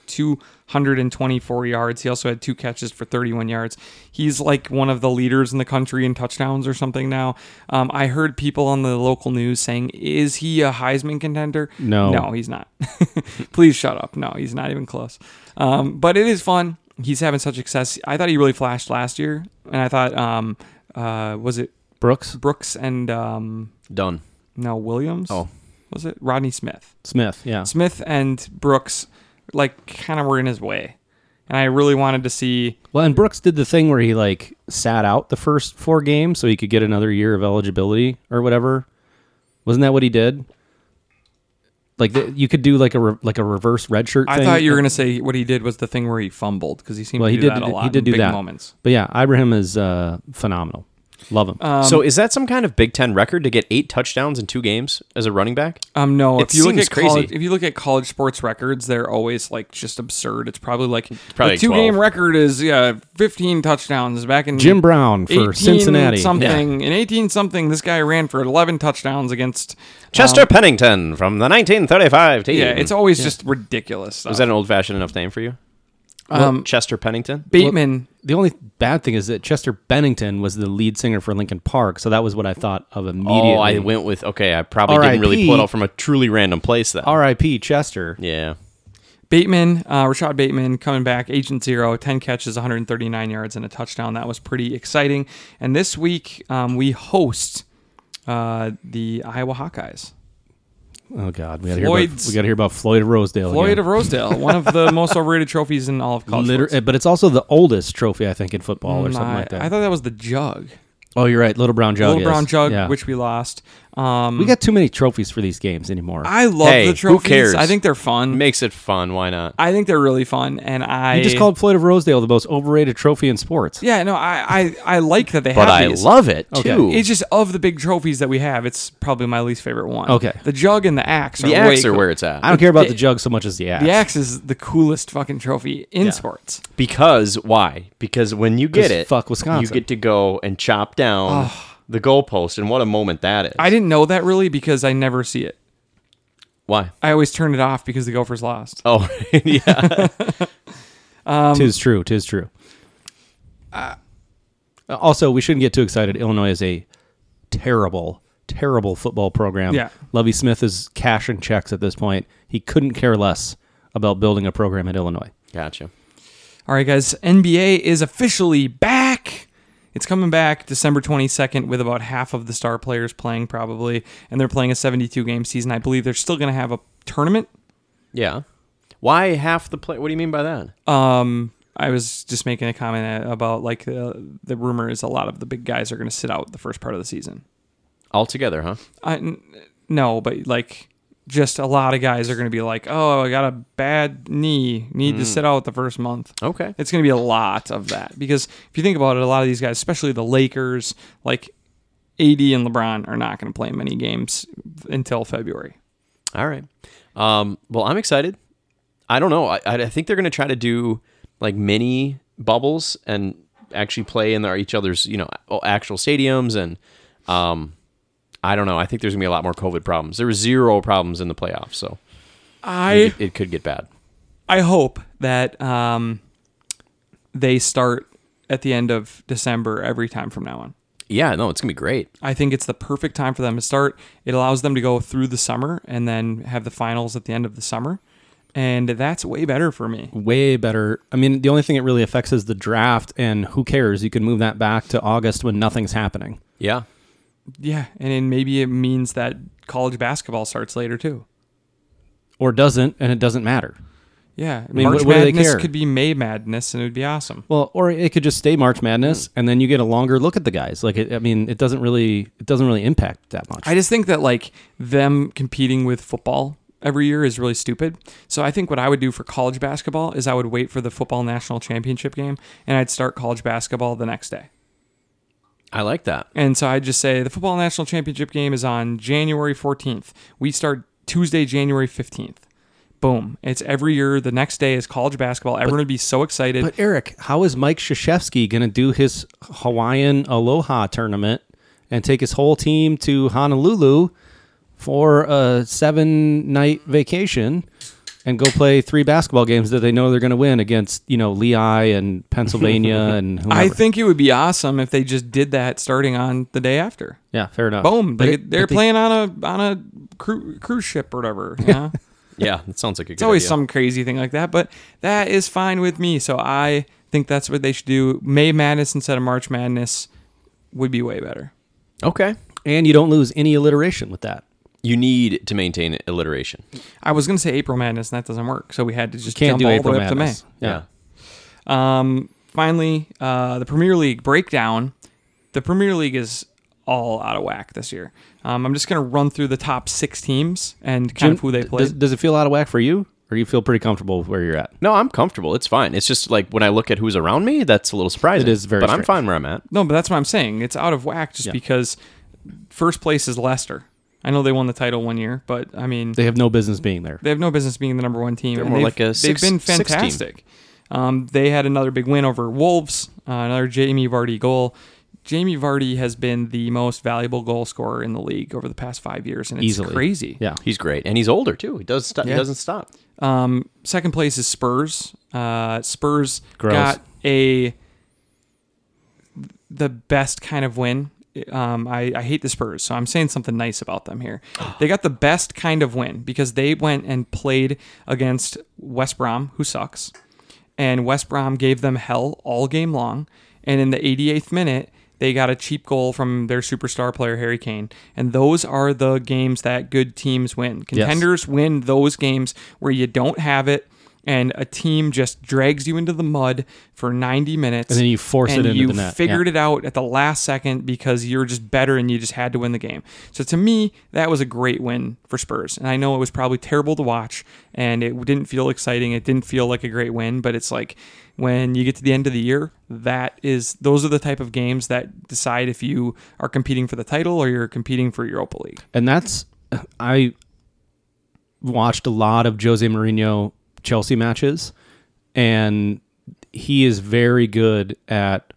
Speaker 1: 224 yards. He also had two catches for 31 yards. He's like one of the leaders in the country in touchdowns or something now. Um, I heard people on the local news saying, "Is he a Heisman contender?"
Speaker 2: No.
Speaker 1: no, he's not. Please shut up. No, he's not even close. Um, but it is fun. He's having such success. I thought he really flashed last year, and I thought, um, uh, was it
Speaker 2: Brooks
Speaker 1: Brooks and um,
Speaker 3: Done.
Speaker 1: no Williams.
Speaker 3: Oh.
Speaker 1: was it Rodney Smith?
Speaker 2: Smith. Yeah.
Speaker 1: Smith and Brooks, like kind of were in his way, and I really wanted to see.
Speaker 2: Well, and Brooks did the thing where he like sat out the first four games so he could get another year of eligibility or whatever. Wasn't that what he did? Like the, you could do like a re, like a reverse redshirt.
Speaker 1: I
Speaker 2: thing.
Speaker 1: thought you were gonna say what he did was the thing where he fumbled because he seemed
Speaker 2: Well,
Speaker 1: to
Speaker 2: he
Speaker 1: do
Speaker 2: did.
Speaker 1: that a lot.
Speaker 2: he did
Speaker 1: in
Speaker 2: do
Speaker 1: big
Speaker 2: that.
Speaker 1: moments.
Speaker 2: But yeah, Ibrahim is uh, phenomenal. Love him.
Speaker 1: Um,
Speaker 3: so is that some kind of Big Ten record to get eight touchdowns in two games as a running back?
Speaker 1: Um, no,
Speaker 3: It
Speaker 1: if you look
Speaker 3: seems
Speaker 1: at college,
Speaker 3: crazy.
Speaker 1: if you look at college sports records, they're always like just absurd. It's probably like
Speaker 3: probably
Speaker 1: the two game
Speaker 3: 12.
Speaker 1: record is yeah, fifteen touchdowns back in
Speaker 2: Jim Brown for
Speaker 1: 18
Speaker 2: Cincinnati.
Speaker 1: Something in eighteen something, this guy ran for eleven touchdowns against
Speaker 3: Chester Pennington from the 1935 team.
Speaker 1: Yeah, it's always just ridiculous. Stuff.
Speaker 3: Was that an old-fashioned enough name for you?
Speaker 1: um,
Speaker 3: Chester Pennington.
Speaker 1: Bateman?
Speaker 2: the only bad thing is that Chester Bennington was the lead singer for Lincoln Park, so that was what I thought of immediately.
Speaker 3: Oh, I went with okay. I probably
Speaker 2: R.I.P..
Speaker 3: didn't really pull it out from a truly random place then.
Speaker 2: R.I.P. Chester.
Speaker 3: yeah,
Speaker 1: Bateman, uh, Rashad Bateman coming back, agent zero, 10 catches, 139 yards, and a touchdown. That was pretty exciting. And this week, um, we host uh, the Iowa Hawkeyes.
Speaker 2: Oh God, we got to hear about
Speaker 1: Floyd's-
Speaker 2: we got to hear about Floyd Rosedale.
Speaker 1: Floyd
Speaker 2: again.
Speaker 1: of Rosedale, one of the most overrated trophies in all of college.
Speaker 2: Liter-
Speaker 1: sports.
Speaker 2: but it's also the oldest trophy I think in football or something
Speaker 1: My-
Speaker 2: like that.
Speaker 1: I thought that was the jug,
Speaker 2: oh, you're right, Little Brown Jug.
Speaker 1: little
Speaker 2: is.
Speaker 1: brown jug,
Speaker 2: Yeah.
Speaker 1: which we lost. Um,
Speaker 2: we got too many trophies for these games anymore.
Speaker 1: I love
Speaker 3: Hey,
Speaker 1: the
Speaker 3: who
Speaker 1: trophies.
Speaker 3: cares?
Speaker 1: I think they're fun.
Speaker 3: makes it fun. Why not?
Speaker 1: I think they're really fun, and I
Speaker 2: you just called Floyd of Rosedale the most overrated trophy in sports.
Speaker 1: Yeah, no, I I, I like that they
Speaker 3: But
Speaker 1: have
Speaker 3: I
Speaker 1: these.
Speaker 3: love it
Speaker 2: Okay.
Speaker 3: too.
Speaker 1: It's just of the big trophies that we have, it's probably my least favorite one.
Speaker 2: Okay.
Speaker 1: The jug and the axe are
Speaker 3: the
Speaker 1: way
Speaker 3: acts are
Speaker 1: cool.
Speaker 3: where it's at.
Speaker 2: I don't care about
Speaker 1: The-
Speaker 2: the jug so much as the axe.
Speaker 1: the axe is the coolest fucking trophy in sports.
Speaker 3: Because why? Because when you get
Speaker 2: 'Cause
Speaker 3: it,
Speaker 2: fuck Wisconsin.
Speaker 3: You get to go and chop down the goalpost, and what a moment that is.
Speaker 1: I didn't know that really because I never see it.
Speaker 3: why?
Speaker 1: I always turn it off because the Gophers lost.
Speaker 3: Oh, yeah.
Speaker 2: tis true. Tis true. Uh, also, we shouldn't get too excited. Illinois is a terrible, terrible football program.
Speaker 1: Yeah.
Speaker 2: Lovey Smith is cashing checks at this point. He couldn't care less about building a program at Illinois.
Speaker 3: Gotcha.
Speaker 1: All right, guys, NBA is officially back. It's coming back December 22nd with about half of the star players playing probably, and they're playing a 72 game season. I believe they're still going to have a tournament.
Speaker 3: Yeah. Why half the play? What do you mean by that?
Speaker 1: Um, I was just making a comment about like uh, the rumor is a lot of the big guys are going to sit out the first part of the season.
Speaker 3: Altogether, huh?
Speaker 1: I n- no, but like just a lot of guys are going to be like, oh, I got a bad knee, need to sit out the first month.
Speaker 3: Okay.
Speaker 1: It's going to be a lot of that because if you think about it, a lot of these guys, especially the Lakers, like AD and LeBron, are not going to play many games until February.
Speaker 3: All right. Um, well, I'm excited. I don't know. I, I I think they're going to try to do like mini bubbles and actually play in their, each other's, you know, a- actual stadiums. And um, I don't know. I think there's going to be a lot more COVID problems. There were zero problems in the playoffs, so
Speaker 1: I
Speaker 3: it, it could get bad.
Speaker 1: I hope that um, they start at the end of December every time from now on.
Speaker 3: Yeah, no, it's going to be great.
Speaker 1: I think it's the perfect time for them to start. It allows them to go through the summer and then have the finals at the end of the summer. And that's way better for me.
Speaker 2: Way better. I mean, the only thing it really affects is the draft, and who cares? You can move that back to August when nothing's happening.
Speaker 3: Yeah.
Speaker 1: Yeah. And then maybe it means that college basketball starts later too.
Speaker 2: Or doesn't, and it doesn't matter.
Speaker 1: Yeah,
Speaker 2: mean,
Speaker 1: March
Speaker 2: what- what do they
Speaker 1: Madness
Speaker 2: care?
Speaker 1: could be May Madness, and it would be awesome.
Speaker 2: Well, or it could just stay March Madness, and then you get a longer look at the guys. Like, it, I mean, it doesn't really it doesn't really impact that much.
Speaker 1: I just think that like them competing with football every year is really stupid. So I think what I would do for college basketball is I would wait for the football national championship game and I'd start college basketball the next day.
Speaker 3: I like that.
Speaker 1: And so I'd just say the football national championship game is on January 14th. We start Tuesday, January 15th. Boom. It's every year. The next day is college basketball. Everyone would be so excited.
Speaker 2: but Eric, how is Mike Krzyzewski going to do his Hawaiian Aloha tournament and take his whole team to Honolulu for a seven night vacation and go play three basketball games that they know they're going to win against you know Lehigh and Pennsylvania and whoever.
Speaker 1: I think it would be awesome if they just did that starting on the day after.
Speaker 2: yeah, fair enough.
Speaker 1: Boom.
Speaker 2: Uh, But
Speaker 1: They,
Speaker 2: it-
Speaker 1: they're
Speaker 2: but they-
Speaker 1: playing on a on a cru- cruise ship or whatever. You know?
Speaker 3: Yeah, that sounds like a good
Speaker 1: it's always
Speaker 3: idea.
Speaker 1: some crazy thing like that, but that is fine with me. So I think that's what they should do. May Madness instead of March Madness would be way better.
Speaker 3: Okay.
Speaker 2: and you don't lose any alliteration with that.
Speaker 3: You need to maintain alliteration.
Speaker 1: I was gonna say April Madness, and that doesn't work. So we had to just
Speaker 2: Can't
Speaker 1: jump
Speaker 2: do
Speaker 1: all
Speaker 2: April
Speaker 1: the way up
Speaker 2: Madness.
Speaker 1: to May.
Speaker 2: yeah.
Speaker 1: Um, finally, uh, the Premier League breakdown. The Premier League is all out of whack this year. Um, I'm just gonna run through the top six teams and kind
Speaker 2: Jim,
Speaker 1: of who they
Speaker 2: d-
Speaker 1: played.
Speaker 2: Does, does it feel out of whack for you, or you feel pretty comfortable with where you're at?
Speaker 3: No, I'm comfortable. It's fine. It's just like when I look at who's around me, that's a little surprising.
Speaker 2: It is very
Speaker 3: But I'm
Speaker 2: strange.
Speaker 3: fine where I'm at.
Speaker 1: No, but that's what I'm saying. It's out of whack just because first place is Leicester. I know they won the title one year, but I mean
Speaker 2: They have no business being there.
Speaker 1: they have no business being the number one team. They're
Speaker 3: more like a six-
Speaker 1: they've been
Speaker 3: six team.
Speaker 1: fantastic. Um, they had another big win over Wolves, uh, another Jamie Vardy goal. Jamie Vardy has been the most valuable goal scorer in the league over the past five years, and it's
Speaker 2: Easily.
Speaker 1: crazy.
Speaker 2: Yeah.
Speaker 3: He's great. And he's older too. He does st- he
Speaker 1: Yeah.
Speaker 3: doesn't stop.
Speaker 1: Um, second place is Spurs. Uh, Spurs
Speaker 2: Gross.
Speaker 1: got a the best kind of win. Um, I, I hate the Spurs, so I'm saying something nice about them here. They got the best kind of win because they went and played against West Brom, who sucks, and West Brom gave them hell all game long. And in the 88th minute, they got a cheap goal from their superstar player Harry Kane. And those are the games that good teams win. Contenders Lakers win those games where you don't have it and a team just drags you into the mud for 90 minutes
Speaker 2: And then you force it
Speaker 1: and
Speaker 2: into
Speaker 1: you
Speaker 2: the net,
Speaker 1: figured it out at the last second because you're just better and you just had to win the game so to me that was a great win for spurs and i know it was probably terrible to watch and it didn't feel exciting it didn't feel like a great win but it's like when you get to the end of the year that is those are the type of games that decide if you are competing for the title or you're competing for europa league
Speaker 2: And that's I watched a lot of Jose Mourinho Chelsea matches and he is very good at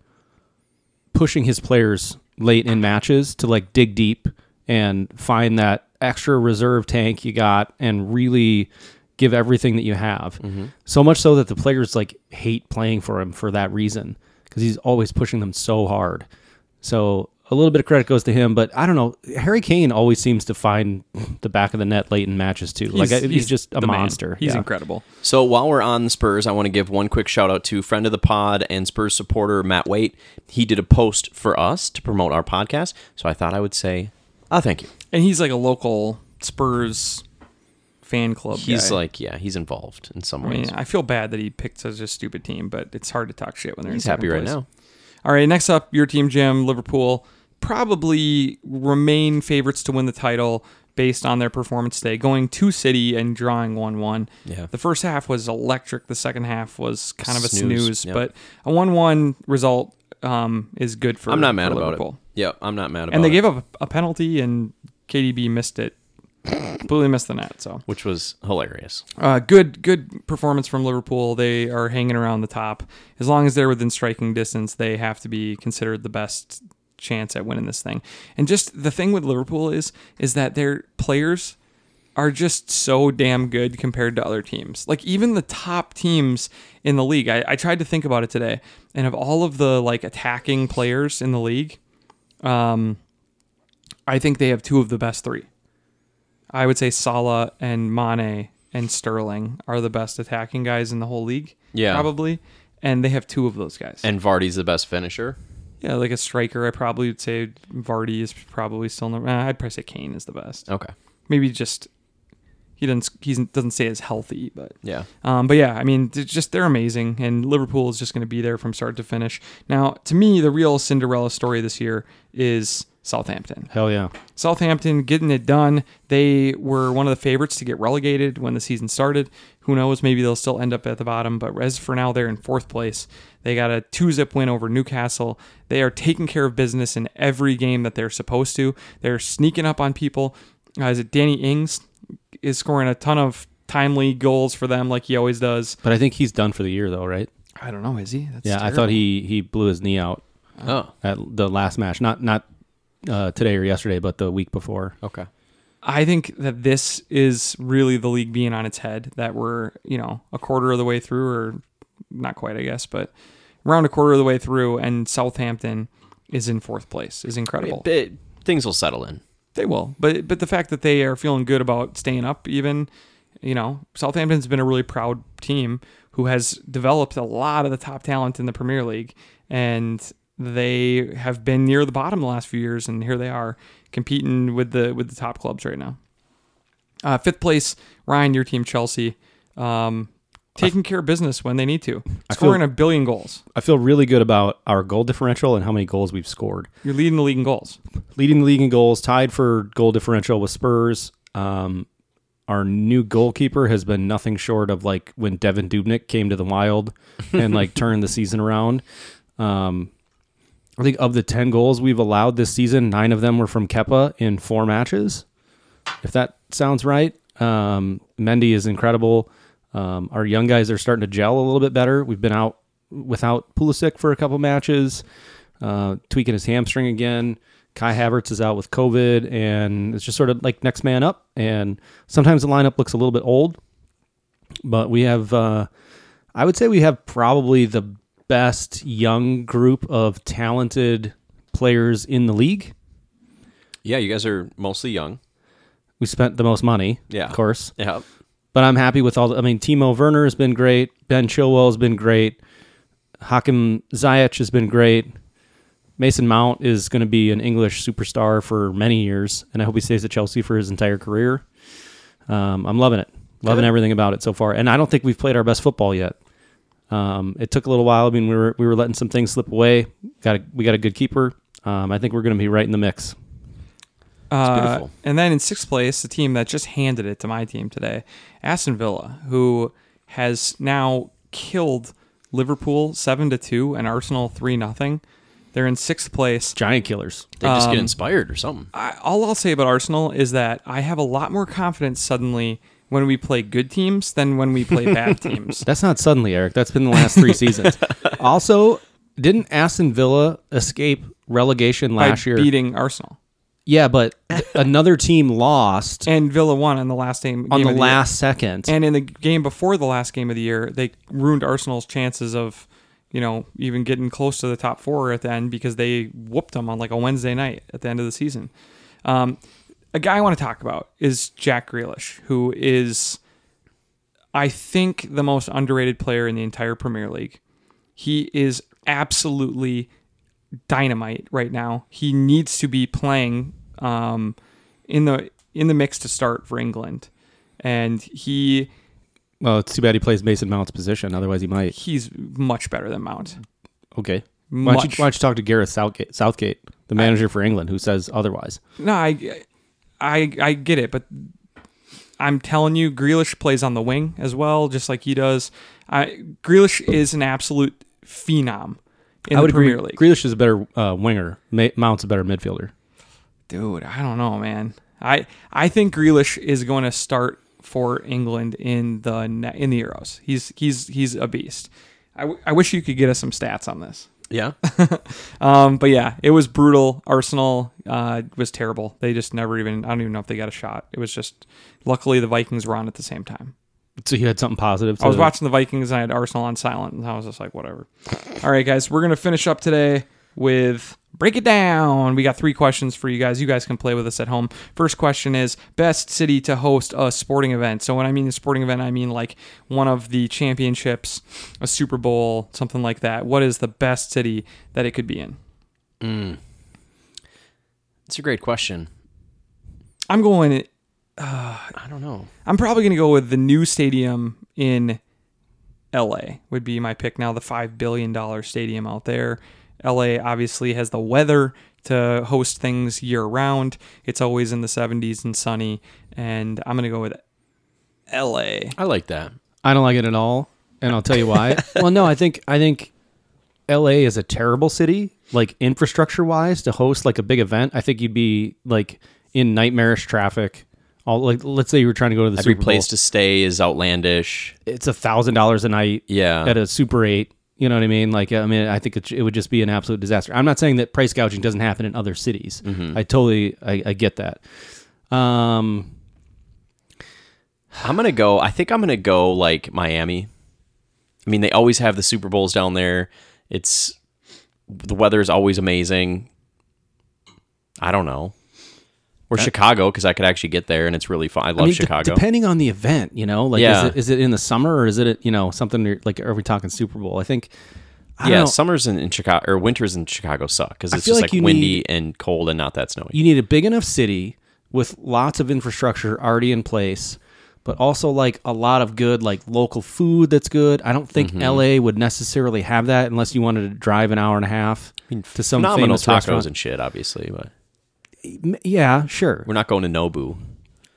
Speaker 2: pushing his players late in matches to like dig deep and find that extra reserve tank you got and really give everything that you have.
Speaker 1: Mm-hmm.
Speaker 2: So much so that the players like hate playing for him for that reason because he's always pushing them so hard. So a little bit of credit goes to him, but I don't know. Harry Kane always seems to find the back of the net late in matches too. like I- he's, just a
Speaker 1: the man.
Speaker 2: monster.
Speaker 1: he's
Speaker 2: Yeah.
Speaker 1: incredible
Speaker 3: So while we're on the Spurs, I want to give one quick shout out to friend of the pod and Spurs supporter Matt Waite. He did a post for us to promote our podcast, so I thought I would say, "Ah, thank you."
Speaker 1: And he's like a local Spurs fan club.
Speaker 3: He's
Speaker 1: guy.
Speaker 3: like, yeah, he's involved in some
Speaker 1: I
Speaker 3: ways.
Speaker 1: mean, I feel bad that he picked such a stupid team, but it's hard to talk shit when they're
Speaker 3: he's
Speaker 1: in second
Speaker 3: happy right
Speaker 1: place.
Speaker 3: now.
Speaker 1: All right, next up, your team, Jim, Liverpool, probably remain favorites to win the title based on their performance today, going to City and drawing 1 1.
Speaker 3: Yeah.
Speaker 1: The first half was electric, the second half was kind of a
Speaker 3: Snooze,
Speaker 1: snooze,
Speaker 3: yep.
Speaker 1: but a 1 1 result um, is good for
Speaker 3: I'm not mad
Speaker 1: for
Speaker 3: about
Speaker 1: Liverpool.
Speaker 3: it. Yeah, I'm not mad about it.
Speaker 1: And they gave up a penalty, and KDB missed it. Completely missed the net, so.
Speaker 3: which was hilarious.
Speaker 1: Uh, good, good performance from Liverpool. They are hanging around the top. As long as they're within striking distance, they have to be considered the best chance at winning this thing. And just the thing with Liverpool is, is that their players are just so damn good compared to other teams. Like even the top teams in the league. I, I tried to think about it today, and of all of the like attacking players in the league, um, I think they have two of the best three. I would say Salah and Mane and Sterling are the best attacking guys in the whole league.
Speaker 3: Yeah.
Speaker 1: Probably. And they have two of those guys.
Speaker 3: And Vardy's the best finisher.
Speaker 1: yeah, like a striker, I probably would say eh, Vardy is probably still number. Uh, I'd probably say Kane is the best.
Speaker 3: Okay.
Speaker 1: Maybe just He doesn't he doesn't say it's healthy, but
Speaker 3: Yeah.
Speaker 1: um, but yeah, I mean, it's just they're amazing, and Liverpool is just going to be there from start to finish. Now, to me, the real Cinderella story this year is Southampton.
Speaker 2: Hell yeah.
Speaker 1: Southampton getting it done. They were one of the favorites to get relegated when the season started. Who knows? Maybe they'll still end up at the bottom. But as for now, they're in fourth place. They got a two zip win over Newcastle. They are taking care of business in every game that they're supposed to. They're sneaking up on people. Uh, is it Danny Ings is scoring a ton of timely goals for them like he always does.
Speaker 2: But I think he's done for the year though, right?
Speaker 1: I don't know, is he? That's
Speaker 2: yeah, I
Speaker 1: terrible.
Speaker 2: thought he he blew his knee out
Speaker 1: Uh,
Speaker 3: Oh.
Speaker 2: at the last match. Not not uh, today or yesterday, but the week before.
Speaker 3: Okay.
Speaker 1: I think that this is really the league being on its head that we're, you know, a quarter of the way through or not quite, I guess, but around a quarter of the way through and Southampton is in fourth place is incredible.
Speaker 3: It- it- things will settle in.
Speaker 1: They will. But but the fact that they are feeling good about staying up even, you know, Southampton's been a really proud team who has developed a lot of the top talent in the Premier League and they have been near the bottom the last few years and here they are competing with the with the top clubs right now. Uh, fifth place, Ryan, your team Chelsea. Um, taking care of business when they need to.
Speaker 2: I feel-
Speaker 1: Scoring a billion goals.
Speaker 2: I feel really good about our goal differential and how many goals we've scored.
Speaker 1: You're leading the league in goals.
Speaker 2: Leading the league in goals, tied for goal differential with Spurs. Um, our new goalkeeper has been nothing short of like when Devin Dubnik came to the Wild and like turned the season around. Um, I think of the ten goals we've allowed this season, nine of them were from Keppa in four matches. If that sounds right, um, Mendy is incredible. Um, our young guys are starting to gel a little bit better. We've been out without Pulisic for a couple matches, uh, tweaking his hamstring again. Kai Havertz is out with COVID, and it's just sort of like next man up. And sometimes the lineup looks a little bit old, but we have uh, i would say we have probably the best young group of talented players in the league
Speaker 3: Yeah, you guys are mostly young.
Speaker 2: we spent the most money
Speaker 3: Yeah.
Speaker 2: of course
Speaker 3: Yeah.
Speaker 2: but i'm happy with all the, i mean timo werner has been great ben chilwell has been great hakim ziyech has been great mason mount is going to be an english superstar for many years and i hope he stays at chelsea for his entire career um, i'm loving it loving everything about it so far and i don't think we've played our best football yet Um, it took a little while. I mean, we were we were letting some things slip away. Got a, we got a good keeper. Um, I think we're going to be right in the mix.
Speaker 1: Uh,
Speaker 3: beautiful.
Speaker 1: and then in sixth place, the team that just handed it to my team today, Aston Villa, who has now killed Liverpool seven to two and Arsenal three nothing. They're in sixth place.
Speaker 2: Giant killers.
Speaker 3: They just get inspired or something.
Speaker 1: I, all I'll say about Arsenal is that I have a lot more confidence suddenly when we play good teams than when we play bad teams.
Speaker 2: That's not suddenly, Eric. That's been the last three seasons. Also, didn't Aston Villa escape relegation
Speaker 1: By
Speaker 2: last year?
Speaker 1: beating Arsenal
Speaker 2: yeah, but another team lost
Speaker 1: and Villa won on the last game
Speaker 2: on
Speaker 1: game
Speaker 2: the
Speaker 1: of year.
Speaker 2: last second.
Speaker 1: And in the game before the last game of the year, they ruined Arsenal's chances of, you know, even getting close to the top four at the end because they whooped them on like a Wednesday night at the end of the season. Um, a guy I want to talk about is Jack Grealish, who is, I think, the most underrated player in the entire Premier League. He is absolutely dynamite right now. He needs to be playing um, in the in the mix to start for England, and he
Speaker 2: well, it's too bad he plays Mason Mount's position. Otherwise, he might.
Speaker 1: he's much better than Mount.
Speaker 2: Okay. Why don't, you,
Speaker 1: Much.
Speaker 2: why don't you talk to Gareth Southgate, Southgate, the manager for England, who says otherwise?
Speaker 1: No, I, I, I get it, but I'm telling you, Grealish plays on the wing as well, just like he does. I, Grealish is an absolute phenom in
Speaker 2: I would
Speaker 1: the Premier
Speaker 2: agree.
Speaker 1: League.
Speaker 2: Grealish is a better uh, winger. Ma- Mount's a better midfielder.
Speaker 1: Dude, I don't know, man. I I think Grealish is going to start for England in the ne- in the Euros. He's he's he's a beast. I, w- I wish you could get us some stats on this.
Speaker 3: Yeah.
Speaker 1: Um, but yeah, it was brutal. Arsenal uh, was terrible. They just never even. I don't even know if they got a shot. It was just. Luckily, the Vikings were on at the same time.
Speaker 2: So you had something positive. To
Speaker 1: I was watching the Vikings and I had Arsenal on silent, and I was just like, whatever. All right, guys, we're gonna finish up today with break it down. We got three questions for you guys. You guys can play with us at home. First question is best city to host a sporting event. So when I mean a sporting event, I mean like one of the championships, a Super Bowl, something like that. What is the best city that it could be in?
Speaker 3: It's a great question.
Speaker 1: I'm going
Speaker 3: I don't know.
Speaker 1: I'm probably gonna go with the new stadium in LA would be my pick now, the five billion dollar stadium out there. LA obviously has the weather to host things year round. It's always in the seventies and sunny, and I'm gonna go with LA.
Speaker 3: I like that.
Speaker 2: I don't like it at all, and I'll tell you why. well, no, I think I think L.A. is a terrible city, like infrastructure wise, to host like a big event. I think you'd be like in nightmarish traffic. All like, let's say you were trying to go to the
Speaker 3: Every
Speaker 2: Super
Speaker 3: place
Speaker 2: Bowl.
Speaker 3: to stay is outlandish.
Speaker 2: It's a thousand dollars a night.
Speaker 3: Yeah.
Speaker 2: at a Super Eight. You know what I mean? Like, I mean, I think it, it would just be an absolute disaster. I'm not saying that price gouging doesn't happen in other cities. I totally, I, I get that. Um,
Speaker 3: I'm gonna go. I think I'm gonna go like Miami. I mean, they always have the Super Bowls down there. It's the weather is always amazing. I don't know. Or Chicago because I could actually get there and it's really fun. I love
Speaker 2: I mean, de-
Speaker 3: Chicago.
Speaker 2: depending on the event, you know, like is,
Speaker 3: Yeah.
Speaker 2: it, is it in the summer or is it you know something you're- like are we talking Super Bowl? I think. I
Speaker 3: yeah,
Speaker 2: don't know,
Speaker 3: summers in, in Chicago or winters in Chicago suck because it's
Speaker 2: feel
Speaker 3: just
Speaker 2: like
Speaker 3: like,
Speaker 2: you
Speaker 3: windy
Speaker 2: need-
Speaker 3: and cold and not that snowy.
Speaker 2: you need a big enough city with lots of infrastructure already in place, but also like a lot of good like local food that's good. I don't
Speaker 3: Mm-hmm.
Speaker 2: think LA would necessarily have that unless you wanted to drive an hour and a half to some
Speaker 3: Phenomenal
Speaker 2: famous
Speaker 3: tacos
Speaker 2: restaurant.
Speaker 3: and shit, obviously, but
Speaker 2: M- yeah, sure.
Speaker 3: we're not going to Nobu.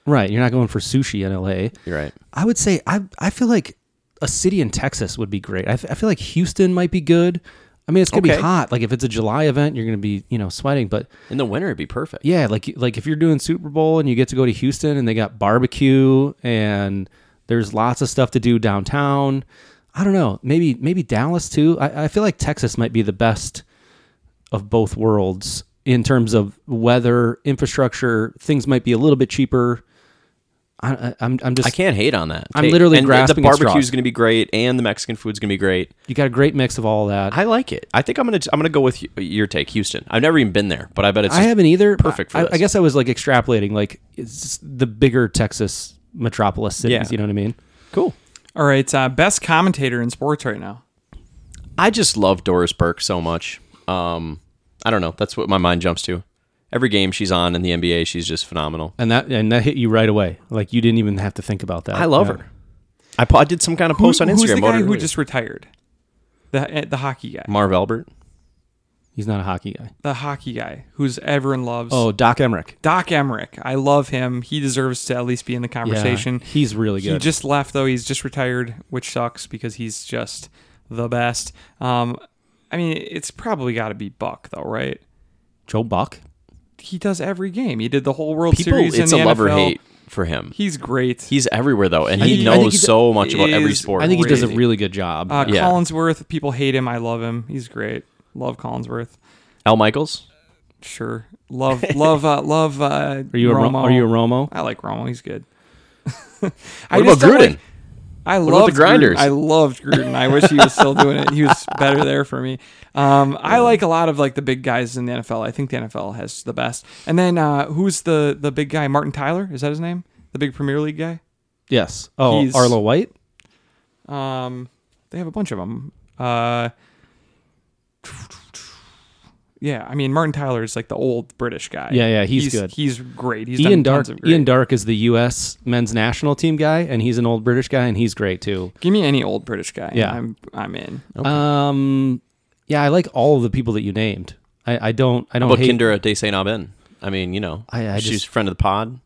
Speaker 2: Right, you're not going for sushi in LA.
Speaker 3: You're right.
Speaker 2: I would say I I feel like a city in Texas would be great. I, f- I feel like Houston might be good. I mean, it's gonna
Speaker 3: Okay.
Speaker 2: be hot. Like if it's a July event, you're gonna be you know sweating. But
Speaker 3: In the winter, it'd be perfect.
Speaker 2: yeah, like like if you're doing Super Bowl and you get to go to Houston and they got barbecue and there's lots of stuff to do downtown. I don't know. Maybe maybe Dallas too. I, I feel like Texas might be the best of both worlds in terms of weather, infrastructure. Things might be a little bit cheaper. I, I, I'm I'm just
Speaker 3: I can't hate on that.
Speaker 2: I'm
Speaker 3: Hey,
Speaker 2: literally
Speaker 3: and the-
Speaker 2: grasping
Speaker 3: The
Speaker 2: at straws.
Speaker 3: barbecue's going to be great, and the Mexican food's going to be great.
Speaker 2: you got a great mix of all that.
Speaker 3: I like it. I think I'm gonna I'm gonna go with y- your take, Houston. I've never even been there, but I bet it's
Speaker 2: I
Speaker 3: just-
Speaker 2: haven't either.
Speaker 3: perfect for
Speaker 2: I, I
Speaker 3: this.
Speaker 2: guess I was like extrapolating, like it's just the bigger Texas metropolis cities.
Speaker 1: Yeah.
Speaker 2: You know what I mean?
Speaker 3: cool.
Speaker 1: All right, uh, best commentator in sports right now.
Speaker 3: I just love Doris Burke so much. Um, I don't know. That's what my mind jumps to. Every game she's on in the NBA, she's just phenomenal.
Speaker 2: And that and that hit you right away. Like you didn't even have to think about that.
Speaker 3: I love
Speaker 2: Yeah.
Speaker 3: her. I, po- I did some kind of
Speaker 1: Who-
Speaker 3: post on Instagram.
Speaker 1: Who's the guy
Speaker 3: voted
Speaker 1: who
Speaker 3: really-
Speaker 1: just retired? The uh, the hockey guy,
Speaker 3: Marv Albert?
Speaker 2: He's not a hockey guy.
Speaker 1: the hockey guy who's everyone loves.
Speaker 2: Oh, Doc Emmerich.
Speaker 1: Doc Emmerich. I love him. He deserves to at least be in the conversation.
Speaker 2: Yeah, he's really
Speaker 1: He
Speaker 2: good.
Speaker 1: just left though. He's just retired, which sucks because he's just the best. Um, I mean, it's probably got to be Buck though, right?
Speaker 2: Joe Buck.
Speaker 1: He does every game. he did the whole World
Speaker 3: People,
Speaker 1: Series.
Speaker 3: it's a
Speaker 1: in the
Speaker 3: love or
Speaker 1: NFL.
Speaker 3: hate for him.
Speaker 1: He's great.
Speaker 3: He's everywhere though, and
Speaker 2: I
Speaker 3: he
Speaker 2: think- I think
Speaker 3: knows
Speaker 2: he
Speaker 3: so much about every
Speaker 1: is-
Speaker 3: sport.
Speaker 2: I think he does a
Speaker 1: Crazy.
Speaker 2: really good job.
Speaker 1: uh,
Speaker 3: yeah.
Speaker 1: Collinsworth. People hate him. I love him. He's great. Love Collinsworth.
Speaker 3: Al Michaels.
Speaker 1: Sure. Love. love. Uh, love. Uh,
Speaker 2: are you a Ro-
Speaker 1: Romo.
Speaker 2: are you a Romo?
Speaker 1: I like Romo. He's good. I
Speaker 3: What about
Speaker 1: just don't
Speaker 3: Gruden?
Speaker 1: like- I
Speaker 3: about
Speaker 1: loved
Speaker 3: the grinders?
Speaker 1: Gruden. I loved Gruden. I wish he was still doing it. He was better there for me. Um, I like a lot of like the big guys in the NFL. I think the NFL has the best. And then uh, who's the the big guy? Martin Tyler is that his name? The big Premier League guy.
Speaker 2: Yes. Oh,
Speaker 1: He's-
Speaker 2: Arlo White.
Speaker 1: Um, they have a bunch of them. Uh, yeah, I mean Martin Tyler is like the old British guy.
Speaker 2: Yeah, yeah, he's good.
Speaker 1: He's great. He's
Speaker 2: Ian
Speaker 1: done tons
Speaker 2: Dark.
Speaker 1: Of great.
Speaker 2: Ian Dark is the U.S. men's national team guy, and he's an old British guy, and he's great too.
Speaker 1: Give me any old British guy. and
Speaker 2: Yeah.
Speaker 1: I'm I'm in.
Speaker 2: Um, yeah, I like all of the people that you named. I, I don't. I don't
Speaker 3: But
Speaker 2: hate.
Speaker 3: Kindra De Saint Aubin. I mean, you know,
Speaker 2: Oh, I- I
Speaker 3: she's
Speaker 2: just-
Speaker 3: friend of the pod.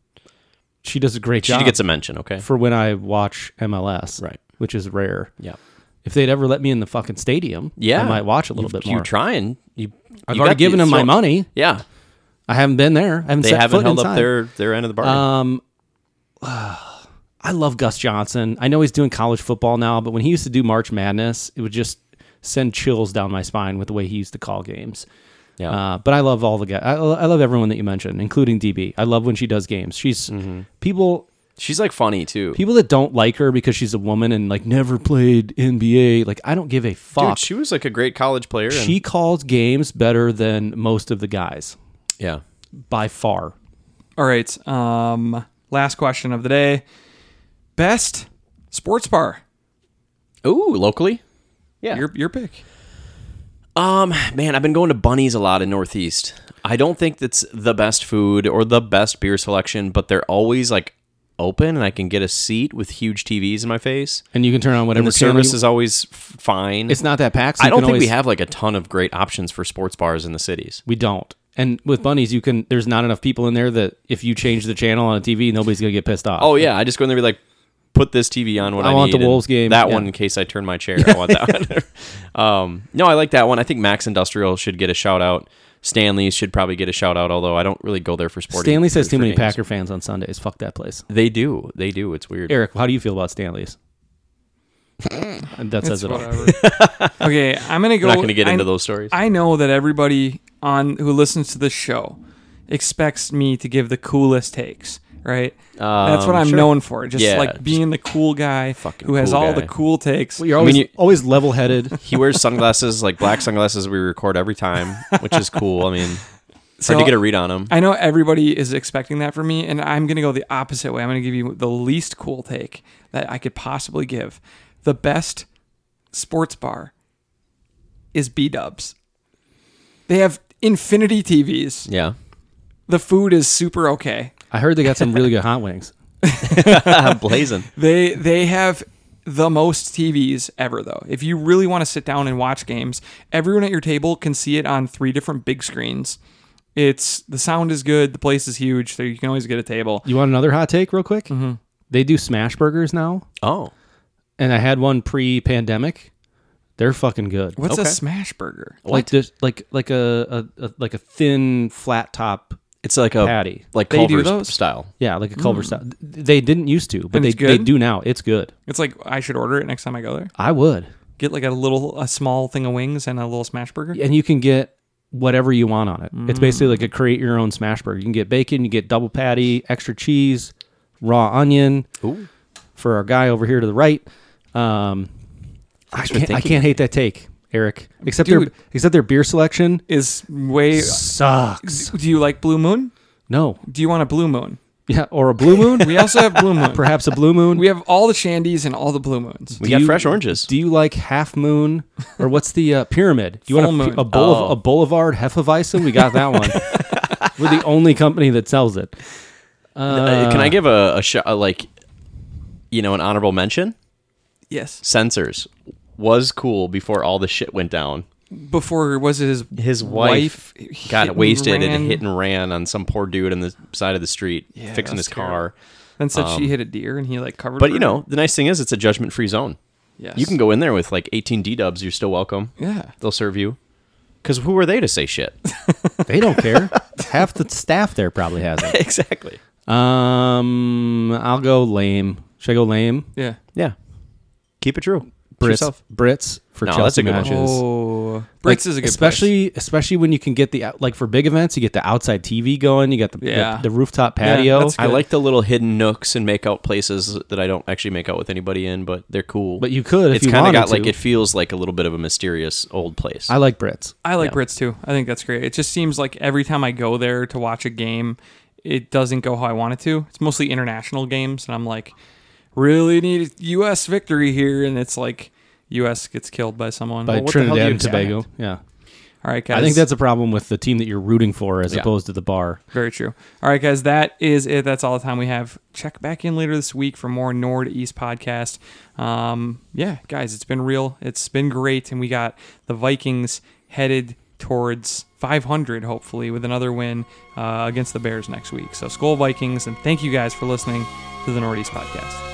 Speaker 2: she does a great
Speaker 3: She
Speaker 2: job
Speaker 3: gets a mention. Okay.
Speaker 2: for when I watch MLS,
Speaker 3: Right.
Speaker 2: Which is rare.
Speaker 3: Yeah.
Speaker 2: If they'd ever let me in the fucking stadium,
Speaker 3: Yeah,
Speaker 2: I might watch a little
Speaker 3: You've-
Speaker 2: bit more.
Speaker 3: You trying? You,
Speaker 2: I've
Speaker 3: you
Speaker 2: already
Speaker 3: got
Speaker 2: given
Speaker 3: the-
Speaker 2: them my
Speaker 3: so-
Speaker 2: money.
Speaker 3: Yeah,
Speaker 2: I haven't been there. I haven't.
Speaker 3: they
Speaker 2: set
Speaker 3: haven't
Speaker 2: foot
Speaker 3: held up
Speaker 2: inside.
Speaker 3: their their end of the bargain.
Speaker 2: Um, I love Gus Johnson. I know he's doing college football now, but when he used to do March Madness, it would just send chills down my spine with the way he used to call games.
Speaker 3: yeah,
Speaker 2: Uh, but I love all the guys. I, I love everyone that you mentioned, including DB. I love when she does games. She's
Speaker 3: Mm-hmm.
Speaker 2: people
Speaker 3: she's like funny too.
Speaker 2: people that don't like her because she's a woman and like never played NBA. Like I don't give a fuck.
Speaker 3: Dude, she was like a great college player. and-
Speaker 2: she calls games better than most of the guys
Speaker 3: yeah,
Speaker 2: by far.
Speaker 1: All right. Um, last question of the day. Best sports bar.
Speaker 3: ooh, locally. Yeah.
Speaker 1: Your your pick.
Speaker 3: Um, man, I've been going to Bunnies a lot in Northeast. I don't think that's the best food or the best beer selection, but they're always like open and I can get a seat with huge TVs in my face.
Speaker 2: and you can turn on
Speaker 3: And
Speaker 2: whatever
Speaker 3: the
Speaker 2: channel
Speaker 3: service
Speaker 2: you-
Speaker 3: is always f- fine.
Speaker 2: It's not that packed. so
Speaker 3: I
Speaker 2: you
Speaker 3: don't
Speaker 2: can
Speaker 3: think we
Speaker 2: always-
Speaker 3: have like a ton of great options for sports bars in the cities.
Speaker 2: We don't. And with bunnies, you can. There's not enough people in there that if you change the channel on a TV, nobody's gonna get pissed off.
Speaker 3: Oh yeah, I just go in there and be like, put this TV on when I,
Speaker 2: I want
Speaker 3: need
Speaker 2: the
Speaker 3: and
Speaker 2: Wolves game,
Speaker 3: That
Speaker 2: yeah.
Speaker 3: one in case I turn my chair. I want that one. um, no, I like that one. I think Max Industrial should get a shout out. Stanley's should probably get a shout out, although I don't really go there for sporting.
Speaker 2: Stanley says
Speaker 3: for-
Speaker 2: too
Speaker 3: for
Speaker 2: many
Speaker 3: games.
Speaker 2: Packer fans on Sundays. Fuck that place.
Speaker 3: They do. They do. It's weird.
Speaker 2: Eric, how do you feel about Stanley's? And that
Speaker 1: It's
Speaker 2: says it all.
Speaker 1: whatever. okay, I'm gonna go.
Speaker 3: We're not going to get
Speaker 1: I-
Speaker 3: into those stories.
Speaker 1: I know that everybody on who listens to this show expects me to give the coolest takes, right? That's what
Speaker 3: Um,
Speaker 1: I'm
Speaker 3: sure.
Speaker 1: known for. Just
Speaker 3: Yeah,
Speaker 1: like being the cool guy
Speaker 3: fucking
Speaker 1: who has
Speaker 3: cool
Speaker 1: all
Speaker 3: guy.
Speaker 1: the cool takes.
Speaker 2: You're
Speaker 3: I mean,
Speaker 2: always
Speaker 3: you-
Speaker 2: always level headed.
Speaker 3: he wears sunglasses, like black sunglasses. We record every time, which is cool. I mean, it's
Speaker 1: So-
Speaker 3: hard to get a read on him.
Speaker 1: I know everybody is expecting that from me, and I'm going to go the opposite way. I'm going to give you the least cool take that I could possibly give. The best sports bar is B Dubs. They have infinity TVs.
Speaker 3: yeah,
Speaker 1: The food is super okay.
Speaker 2: I heard they got some really good hot wings.
Speaker 3: I'm blazing.
Speaker 1: They they have the most TVs ever though. If you really want to sit down and watch games, everyone at your table can see it on three different big screens. It's the sound is good, the place is huge, so you can always get a table.
Speaker 2: You want another hot take, real quick? Mm-hmm. They do smash burgers now,
Speaker 3: Oh,
Speaker 2: and I had one pre-pandemic. They're fucking good.
Speaker 1: What's a
Speaker 3: Okay.
Speaker 1: smash burger?
Speaker 2: Like this, like like a, a, a like a thin flat top
Speaker 3: it's like
Speaker 1: Oh.
Speaker 3: a
Speaker 2: patty.
Speaker 3: like
Speaker 1: They do
Speaker 3: Culver's
Speaker 1: those?
Speaker 3: style.
Speaker 2: Yeah, like a Culver style. Th- They didn't used to, but
Speaker 1: Mm. And
Speaker 2: they
Speaker 1: it's
Speaker 2: they
Speaker 1: good?
Speaker 2: do now. It's good.
Speaker 1: It's like I should order it next time I go there.
Speaker 2: I would,
Speaker 1: Get like a little a small thing of wings and a little smash burger.
Speaker 2: and you can get whatever you want on it. It's basically like a
Speaker 1: Mm.
Speaker 2: create your own smash burger. You can get bacon, you get double patty, extra cheese, raw onion.
Speaker 3: Ooh.
Speaker 2: For our guy over here to the right, um, I
Speaker 3: for
Speaker 2: can't, I
Speaker 3: thinking.
Speaker 2: can't hate that take, Eric. Except
Speaker 1: Dude.
Speaker 2: their except their beer selection
Speaker 1: Is way
Speaker 2: sucks.
Speaker 1: Do you like Blue Moon?
Speaker 2: No,
Speaker 1: Do you want a Blue Moon?
Speaker 2: yeah, or a blue moon,
Speaker 1: We also have Blue Moon.
Speaker 2: perhaps a blue moon.
Speaker 1: We have all the Shandies and all the Blue Moons.
Speaker 3: We
Speaker 2: Do
Speaker 3: got
Speaker 2: you-
Speaker 3: fresh oranges.
Speaker 2: Do you like half moon or what's the uh, pyramid? Do you
Speaker 1: Full
Speaker 2: want a,
Speaker 1: moon.
Speaker 2: pi- a, boule-
Speaker 3: Oh.
Speaker 2: a boulevard hefeweizen? We got that one. We're the only company that sells it.
Speaker 3: Uh, can I give a, a, sh- a like, you know, an honorable mention?
Speaker 1: Yes.
Speaker 3: Sensors was cool before all the shit went down.
Speaker 1: Before was it his
Speaker 3: His wife, got
Speaker 1: hit and
Speaker 3: wasted
Speaker 1: ran?
Speaker 3: and hit and ran on some poor dude on the side of the street fixing
Speaker 1: that's
Speaker 3: his
Speaker 1: terrible.
Speaker 3: car.
Speaker 1: Then said she hit a deer and he like covered.
Speaker 3: um, But
Speaker 1: her.
Speaker 3: you know, the nice thing is it's a judgment free zone.
Speaker 1: yes.
Speaker 3: You can go in there with like 18 D dubs. You're still welcome.
Speaker 1: Yeah.
Speaker 3: They'll serve you. Because who are they to say shit?
Speaker 2: They don't care. half the staff there probably has it.
Speaker 3: exactly.
Speaker 2: Um, I'll go lame. Should I go lame?
Speaker 1: Yeah.
Speaker 3: Yeah. Keep it true. It's
Speaker 2: Brits,
Speaker 3: yourself.
Speaker 2: Brits for
Speaker 3: No,
Speaker 2: Chelsea
Speaker 3: that's a good one.
Speaker 2: matches.
Speaker 1: Oh, Brits
Speaker 2: Like,
Speaker 1: is a good
Speaker 2: especially especially when you can get the out- like for big events, you get the outside TV going, you got the the-
Speaker 1: Yeah.
Speaker 2: the, rooftop patio.
Speaker 1: that's
Speaker 3: I
Speaker 1: good.
Speaker 3: like the little hidden nooks and make out places that I don't actually make out with anybody in, but they're cool.
Speaker 2: But you could if
Speaker 3: it's
Speaker 2: you
Speaker 3: kind of
Speaker 2: wanted
Speaker 3: got like
Speaker 2: to.
Speaker 3: it feels like a little bit of a mysterious old place.
Speaker 2: I like Brits.
Speaker 1: I like
Speaker 3: Yeah.
Speaker 1: Brits too. I think that's great. It just seems like every time I go there to watch a game, it doesn't go how I want it to. It's mostly international games, and I'm like, really need a U.S. victory here, and it's like U.S. gets killed by someone.
Speaker 2: By
Speaker 1: Well, what the hell do
Speaker 2: Trinidad
Speaker 1: you
Speaker 2: and Tobago.
Speaker 1: expect?
Speaker 2: Yeah.
Speaker 1: All right, guys.
Speaker 2: I think that's a problem with the team that you're rooting for as
Speaker 3: Yeah.
Speaker 2: opposed to the bar.
Speaker 1: Very true. All right, guys, that is it. That's all the time we have. Check back in later this week for more Nord East podcast. Um, yeah, guys, it's been real. It's been great, and we got the Vikings headed towards 500, hopefully, with another win uh, against the Bears next week. So, Skull Vikings, and thank you guys for listening to the Nord East podcast.